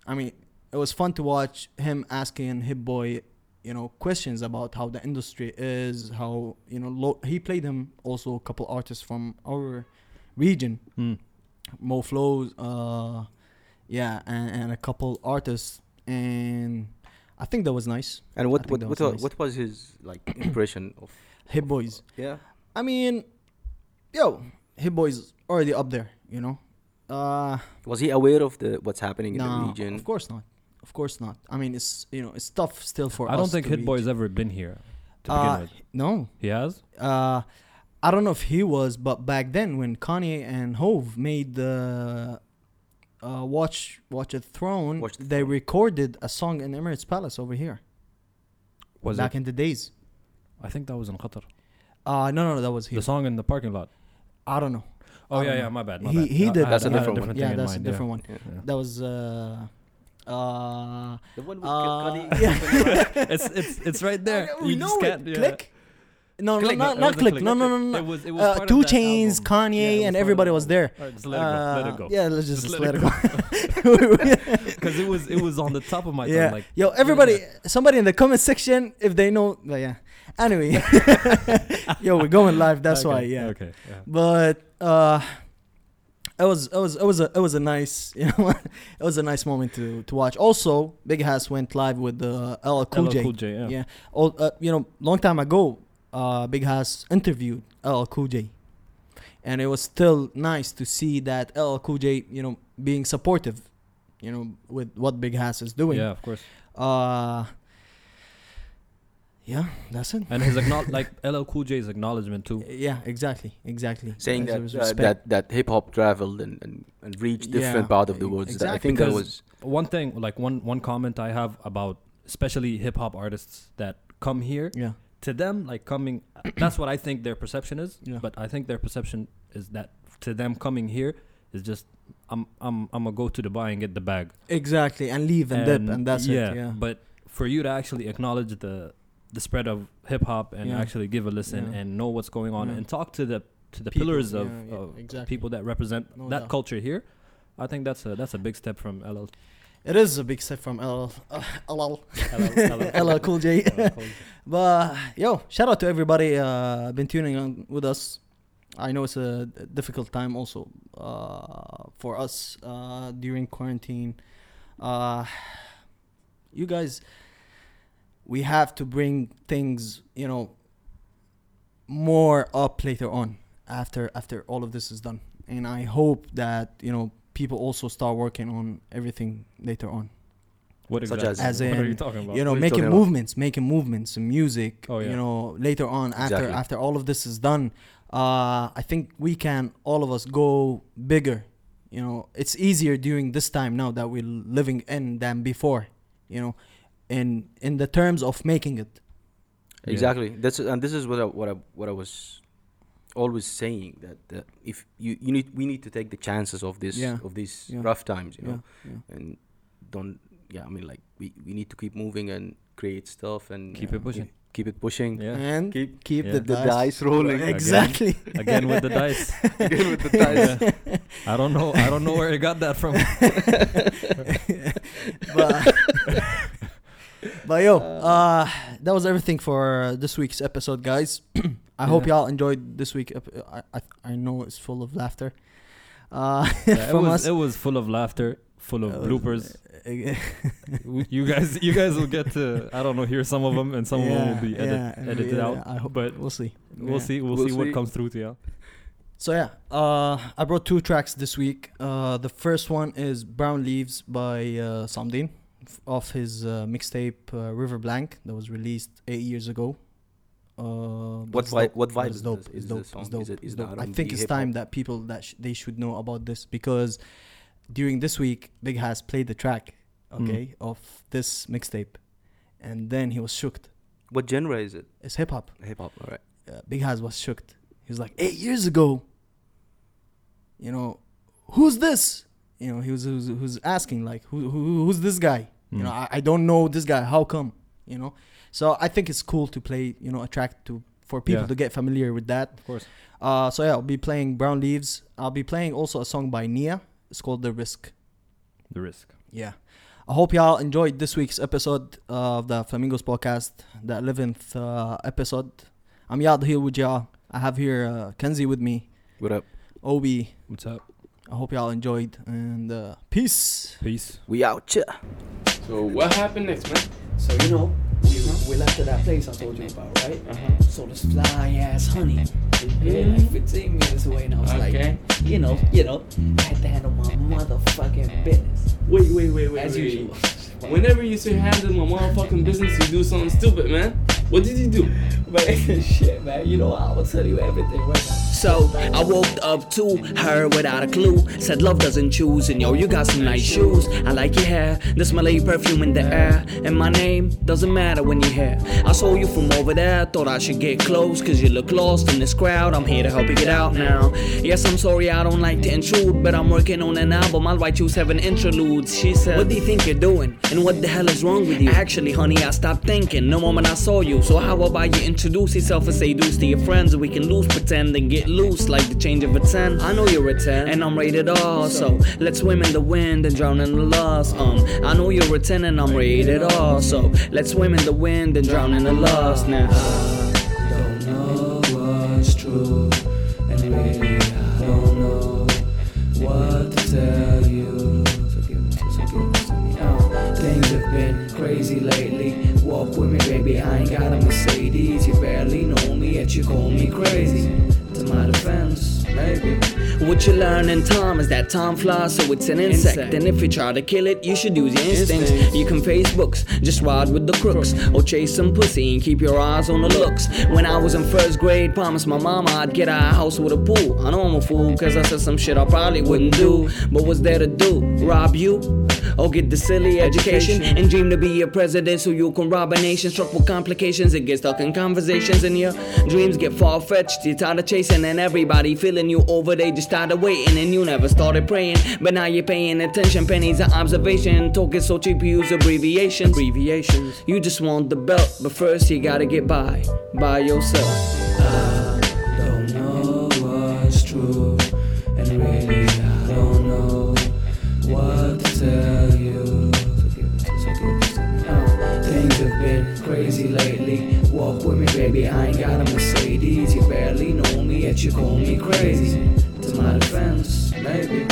Speaker 1: I mean it was fun to watch him asking Hip Boy, you know, questions about how the industry is, how you know lo- he played him also a couple artists from our region,
Speaker 2: Mm.
Speaker 1: Mo Flows, uh, yeah, and, and a couple artists, and I think that was nice.
Speaker 3: And
Speaker 1: I
Speaker 3: what
Speaker 1: think
Speaker 3: what
Speaker 1: that
Speaker 3: what,
Speaker 1: was
Speaker 3: wa-
Speaker 1: nice.
Speaker 3: what was his like impression of?
Speaker 1: Hip Boys.
Speaker 3: Yeah.
Speaker 1: I mean, yo, Hip Boy's already up there, you know. Uh,
Speaker 3: Was he aware of the what's happening in the region?
Speaker 1: Of course not. Of course not. I mean, it's you know, it's tough still for
Speaker 2: I
Speaker 1: us.
Speaker 2: don't think
Speaker 1: to
Speaker 2: Hit Boy's
Speaker 1: reach.
Speaker 2: ever been here to
Speaker 1: Uh,
Speaker 2: begin with.
Speaker 1: No,
Speaker 2: He has.
Speaker 1: uh, I don't know if he was, but back then when Kanye and Hove made the uh, Watch Watch a Throne,
Speaker 3: Watch the
Speaker 1: they
Speaker 3: Throne.
Speaker 1: recorded a song in Emirates Palace over here
Speaker 2: Was
Speaker 1: back
Speaker 2: it?
Speaker 1: in the days.
Speaker 2: I think that was in Qatar.
Speaker 1: Uh, no, no, no, that was here.
Speaker 2: The song in the parking lot.
Speaker 1: I don't know.
Speaker 2: Oh
Speaker 1: Um,
Speaker 2: yeah, yeah. My bad. My
Speaker 1: he-
Speaker 2: bad.
Speaker 1: he
Speaker 2: I- I
Speaker 1: did
Speaker 2: had
Speaker 3: That's a
Speaker 2: another
Speaker 3: different
Speaker 2: different
Speaker 3: one.
Speaker 2: thing
Speaker 1: yeah,
Speaker 2: in
Speaker 1: that's
Speaker 2: mind,
Speaker 1: a
Speaker 2: yeah.
Speaker 1: different one.
Speaker 2: Yeah.
Speaker 1: That was. Uh, uh,
Speaker 3: The one with
Speaker 1: uh,
Speaker 3: Kid Cudi.
Speaker 2: it's it's it's right there.
Speaker 1: we
Speaker 2: You
Speaker 1: know
Speaker 2: just
Speaker 1: it.
Speaker 2: can't- yeah.
Speaker 1: Click. No,
Speaker 2: Click,
Speaker 1: no,
Speaker 2: no,
Speaker 1: not,
Speaker 2: it
Speaker 1: not
Speaker 2: wasn't
Speaker 1: click.
Speaker 2: click.
Speaker 1: No, no, no, no.
Speaker 2: It was, it was
Speaker 1: Uh,
Speaker 2: part of
Speaker 1: Two
Speaker 2: that
Speaker 1: Chains,
Speaker 2: album.
Speaker 1: Kanye,
Speaker 2: Yeah, it was
Speaker 1: and
Speaker 2: part of
Speaker 1: everybody
Speaker 2: that
Speaker 1: was
Speaker 2: album.
Speaker 1: there.
Speaker 2: All right, just let it go. Let it
Speaker 1: Uh,
Speaker 2: go.
Speaker 1: Yeah, let's just,
Speaker 2: Just
Speaker 1: let,
Speaker 2: let
Speaker 1: it go.
Speaker 2: Because it was it was on the top of my
Speaker 1: yeah.
Speaker 2: tongue. Like
Speaker 1: Yo, everybody, somebody in the comment section, if they know, but yeah. Anyway, yo, we're going live. That's why,
Speaker 2: okay,
Speaker 1: yeah.
Speaker 2: Okay. Yeah.
Speaker 1: But uh, it was it was it was a it was a nice you know it was a nice moment to to watch. Also, Big House went live with the LL Cool
Speaker 2: LL
Speaker 1: J.
Speaker 2: Cool J. Yeah.
Speaker 1: Yeah. Oh, uh, you know, long time ago, uh, Big House interviewed LL Cool J, and it was still nice to see that LL Cool J, you know, being supportive, you know, with what Big House is doing.
Speaker 2: Yeah, Of course.
Speaker 1: Uh, yeah, that's it.
Speaker 2: and his acknowledge, like LL Cool J's acknowledgement too.
Speaker 1: Yeah, exactly, exactly.
Speaker 3: saying
Speaker 1: There
Speaker 3: that
Speaker 1: was
Speaker 3: uh,
Speaker 1: respect.
Speaker 3: that that hip hop traveled and, and, and reached different
Speaker 1: Yeah,
Speaker 3: part of the
Speaker 1: e-
Speaker 3: world. I
Speaker 1: exactly.
Speaker 3: think that
Speaker 2: Because-
Speaker 3: was
Speaker 2: One thing, like one one comment I have about especially hip hop artists that come here
Speaker 1: yeah,
Speaker 2: to them, like coming, that's what I think their perception is.
Speaker 1: Yeah.
Speaker 2: But I think their perception is that to them coming here is just I'm I'm I'm gonna go to Dubai and get the bag.
Speaker 1: exactly, and leave and, dip, and that's
Speaker 2: yeah,
Speaker 1: it. Yeah,
Speaker 2: But for you to actually acknowledge the the spread of hip hop and
Speaker 1: Yeah.
Speaker 2: actually give a listen
Speaker 1: Yeah.
Speaker 2: and know what's going on
Speaker 1: Yeah.
Speaker 2: and talk to the to the
Speaker 1: People,
Speaker 2: pillars of,
Speaker 1: yeah, yeah,
Speaker 2: of
Speaker 1: exactly.
Speaker 2: people that represent
Speaker 1: No
Speaker 2: that
Speaker 1: doubt.
Speaker 2: culture here. I think that's a that's a big step from LL.
Speaker 1: it is a big step from uh, LL, LL,
Speaker 2: LL,
Speaker 1: LL Cool J.
Speaker 2: Cool J.
Speaker 1: But yo, shout out to everybody uh been tuning on with us. I know it's a difficult time also uh for us uh during quarantine. Uh you guys we have to bring things, you know, more up later on after after all of this is done. And I hope that, you know, people also start working on everything later on.
Speaker 2: What
Speaker 3: Such
Speaker 2: exactly?
Speaker 3: as-
Speaker 1: As
Speaker 2: what are you
Speaker 1: in,
Speaker 2: talking about?
Speaker 1: you know
Speaker 3: What are you
Speaker 1: making
Speaker 3: talking about?
Speaker 1: movements making movements in music
Speaker 2: Oh, yeah.
Speaker 1: you know later on after
Speaker 3: Exactly.
Speaker 1: after all of this is done uh i think we can all of us go bigger you know it's easier during this time now that we're living in than before you know in in the terms of making it
Speaker 2: Yeah.
Speaker 3: exactly that's and this is what I, what I, what I was always saying that uh, if you, you need we need to take the chances of this
Speaker 1: Yeah.
Speaker 3: of these
Speaker 1: Yeah.
Speaker 3: rough times, you
Speaker 1: yeah
Speaker 3: know, and don't yeah I mean like we, we need to keep moving and create stuff and
Speaker 2: Keep
Speaker 3: yeah,
Speaker 2: it pushing.
Speaker 3: keep it pushing
Speaker 1: yeah.
Speaker 2: yeah.
Speaker 1: and keep,
Speaker 3: keep
Speaker 1: keep
Speaker 2: Yeah.
Speaker 1: the,
Speaker 3: the
Speaker 1: dice.
Speaker 3: dice rolling
Speaker 1: exactly
Speaker 2: Again with the dice.
Speaker 3: Again with the dice.
Speaker 2: Yeah. I don't know. I don't know where you got that from.
Speaker 1: but, but yo, uh, that was everything for this week's episode, guys. I hope
Speaker 2: Yeah.
Speaker 1: y'all enjoyed this week. ep- I, I I know it's full of laughter. Uh,
Speaker 2: Yeah, it
Speaker 1: from
Speaker 2: was
Speaker 1: us, Uh,
Speaker 2: it was full of laughter, full of
Speaker 1: That was-
Speaker 2: bloopers.
Speaker 1: eh,
Speaker 2: W- you guys, you guys will get to I don't know hear some of them and some of them will be
Speaker 1: yeah,
Speaker 2: edit,
Speaker 1: yeah,
Speaker 2: edited
Speaker 1: yeah,
Speaker 2: out.
Speaker 1: I hope
Speaker 2: but
Speaker 1: we'll see.
Speaker 2: We'll
Speaker 1: Yeah.
Speaker 2: see. We'll,
Speaker 3: We'll
Speaker 2: see, what
Speaker 3: see.
Speaker 2: comes through to y'all.
Speaker 1: So yeah, uh, I brought two tracks this week. Uh, the first one is "Brown Leaves" by uh, Samdin, f- off his uh, mixtape uh, "River Blank" that was released eight years ago. Uh, but
Speaker 3: What
Speaker 1: it's
Speaker 3: vibe?
Speaker 1: dope.
Speaker 3: What
Speaker 1: But
Speaker 3: vibe
Speaker 1: it's
Speaker 3: is
Speaker 1: dope.
Speaker 3: This?
Speaker 1: It's
Speaker 3: Is
Speaker 1: dope.
Speaker 3: this song?
Speaker 1: It's dope.
Speaker 3: Is it? Is
Speaker 1: it's
Speaker 3: the
Speaker 1: dope. I
Speaker 3: R&B
Speaker 1: think it's
Speaker 3: hip
Speaker 1: time
Speaker 3: hop?
Speaker 1: that people that sh- they should know about this because during this week Big has played the track,
Speaker 3: Mm.
Speaker 1: okay, of this mixtape, and then he was shooked.
Speaker 3: What genre is it?
Speaker 1: It's hip hop
Speaker 3: Hip hop. All right.
Speaker 1: uh, Big Haz was shocked. He was like, eight years ago, you know, who's this? You know, he was, he was, he was asking, like, who, who, who's this guy? You know, I, I don't know this guy. How come? You know? So I think it's cool to play, you know, a track to, for people
Speaker 2: Yeah.
Speaker 1: to get familiar with that.
Speaker 2: Of course.
Speaker 1: Uh, so yeah, I'll be playing Brown Leaves. I'll be playing also a song by Nia. It's called The Risk.
Speaker 2: The risk.
Speaker 1: Yeah. I hope y'all enjoyed this week's episode of the Flamingos podcast, the 11th uh, episode. I'm Yad here with y'all. I have here uh, Kenzie with me,
Speaker 3: What up?
Speaker 1: Obi.
Speaker 2: What's up?
Speaker 1: I hope y'all enjoyed and uh, peace.
Speaker 2: Peace.
Speaker 3: We out. Cha.
Speaker 6: So what happened next, man?
Speaker 7: So you know, we, we left at that place I told you about, right? So this fly ass honey, yeah, like 15 minutes away, and I was
Speaker 6: Okay.
Speaker 7: like, you know, you know, I had to handle my motherfucking business
Speaker 6: Wait, wait, wait, wait.
Speaker 7: as
Speaker 6: wait.
Speaker 7: usual.
Speaker 6: Whenever you say handle my motherfucking business, you do something stupid, man. What did you do?
Speaker 7: But shit, man, you know, I will tell you everything right now. So I walked up to her without a clue. Said love doesn't choose, and yo, you got some nice shoes. I like your hair, the smell of your perfume in the air, and my name doesn't matter when you're here. I saw you from over there, thought I should get close, cause you look lost in this crowd. I'm here to help you get out now. Yes, I'm sorry, I don't like to intrude, but I'm working on an album. I'll write you seven interludes. She said, What do you think you're doing? And what the hell is wrong with you? Actually, honey, I stopped thinking the moment I saw you. So how about you introduce yourself and say deuce to your friends? and We can lose pretend and get loose like the change of a 10. I know you're a 10, and I'm rated R. So let's swim in the wind and drown in the loss. Um, I know you're a 10 and I'm rated R. So let's swim in the wind and drown in the loss now. I don't know what's true, and really I don't know what to tell you. So give it to- so give it to me. Uh, Things have been crazy lately. Walk with me, baby. I ain't got a Mercedes. You barely know me, yet you call me crazy. To my defense, maybe. what you learn in time is that time flies, so it's an insect. And if you try to kill it, you should use your instincts. You can face books, just ride with the crooks, or chase some pussy and keep your eyes on the looks. When I was in first grade, promised my mama I'd get her a house with a pool. I know I'm a fool, cause I said some shit I probably wouldn't do. But what's there to do? Rob you? Or get the silly education and dream to be a president so you can rob a nation. Struck with complications and get stuck in conversations, and your dreams get far fetched. You're tired of chasing, and everybody feeling you over. They just started waiting, and you never started praying. But now you're paying attention. Pennies are observation. Talking so cheap, you use abbreviations. Abbreviations. You just want the belt, but first you gotta get by by yourself. I don't know what's true, and really I don't know what to tell you. Uh, Things have been crazy lately. Walk with me, baby. I ain't got a Mercedes. You barely know me, yet you call me crazy. To my defense, maybe.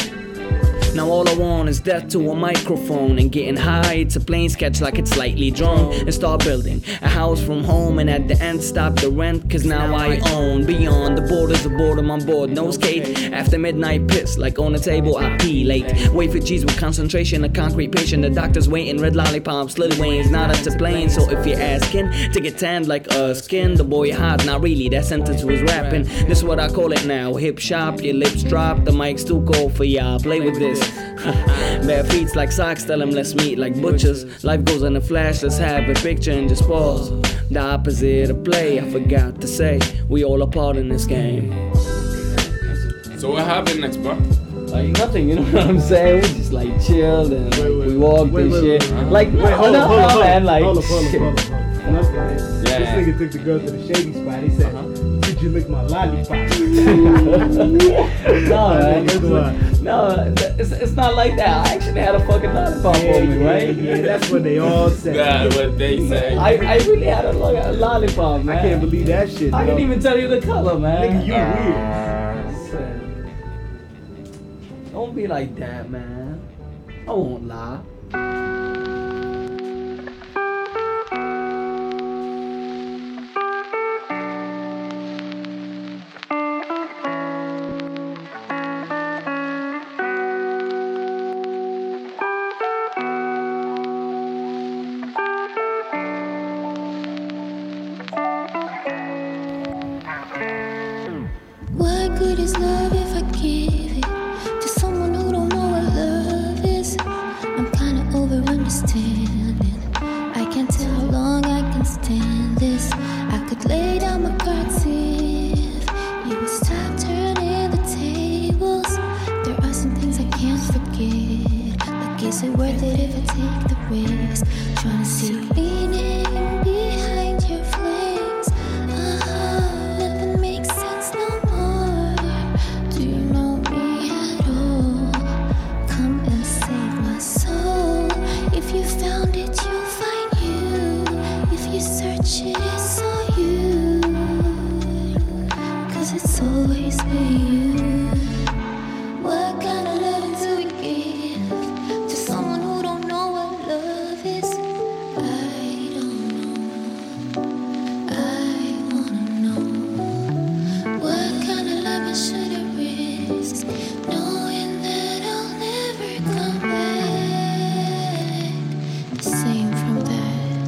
Speaker 7: Now all I want is death to a microphone and getting high. It's a plane sketch like it's lightly drawn. And start building a house from home and at the end stop the rent. Cause now I own beyond the borders of boredom on board. No skate. After midnight piss, like on a table, I pee late. Wait for G's with concentration, a concrete patient. The doctor's waiting, red lollipops, little wings, not up to playing. So if you're asking to get tanned like a skin, the boy hot, not really. That sentence was rapping. This what I call it now. Hip shop, your lips drop, the mic's too cold for y'all. Play with this. Bare feet like socks, tell 'em let's meet like butchers. Life goes in a flash, let's have a picture and just pause. The opposite of play, I forgot to say, we all a part in this game.
Speaker 6: So what happened next, bro?
Speaker 7: Like nothing, you know what I'm saying? We just like chilled and we walked and shit. Like no,
Speaker 8: hold
Speaker 7: no,
Speaker 8: up, hold
Speaker 7: no,
Speaker 8: up, hold
Speaker 7: man,
Speaker 8: up,
Speaker 7: like
Speaker 8: hold up, hold up,
Speaker 7: shit.
Speaker 8: hold up, hold up. Enough of
Speaker 6: Yeah.
Speaker 8: that. This nigga took the girl to the shady spot. He said, "Did you lick my lollipop?"
Speaker 7: no, man, it's
Speaker 8: Come on.
Speaker 7: like- no, it's, it's not like that. I actually had a fucking lollipop on me, right?
Speaker 8: Yeah, that's what they all said.
Speaker 6: That's what they say.
Speaker 7: I, I really had a, lo- a lollipop, man.
Speaker 8: I can't believe that shit.
Speaker 7: I
Speaker 8: dog.
Speaker 7: can even tell you the color, man.
Speaker 8: Nigga, you weird.
Speaker 7: Listen, Don't be like that, man. I won't lie.
Speaker 9: What good is love if I give it to someone who don't know what love is? I'm kinda over understanding. I can't tell how long I can stand this. I could lay down my cards if you would stop turning the tables. There are some things I can't forget. Like, is it worth it if I take the risk? Trying to see you leaning behind your flames. Uh-huh, nothing makes sense no more. Do you know me at all? Come and save my soul. If you found it, you'll find you. If you search it, it's all you. Cause it's always been you. What kind of love do we give to someone who don't know what love is? I don't know. I wanna know. What kind of love I should I risk, knowing that I'll never come back the same from that.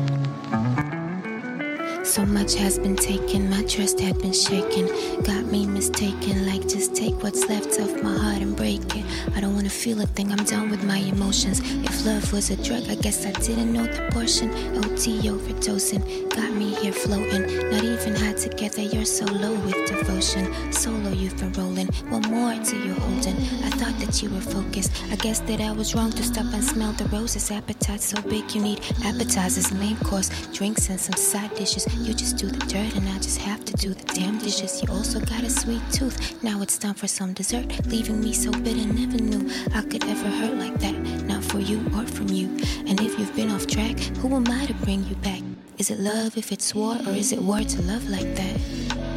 Speaker 9: So much has been taken, my trust had been shaken. Got me mistaken, like just take what's left of my heart and break it. I don't wanna feel a thing, I'm done with my emotions. If love was a drug, I guess I didn't know the portion. OT overdosing, got me here floating. Not even high together, you're so low with devotion. Solo, you've been rolling, what more do you holding? I thought that you were focused, I guess that I was wrong to stop and smell the roses. Appetite so big, you need appetizers, main course, drinks, and some side dishes. You just do the dirt, and I just have to do the damn dishes. You also got a sweet tooth. Now it's time for some dessert, leaving me so bitter. Never knew I could ever hurt like that, not for you or from you. And if you've been off track, who am I to bring you back? Is it love if it's war, or is it war to love like that?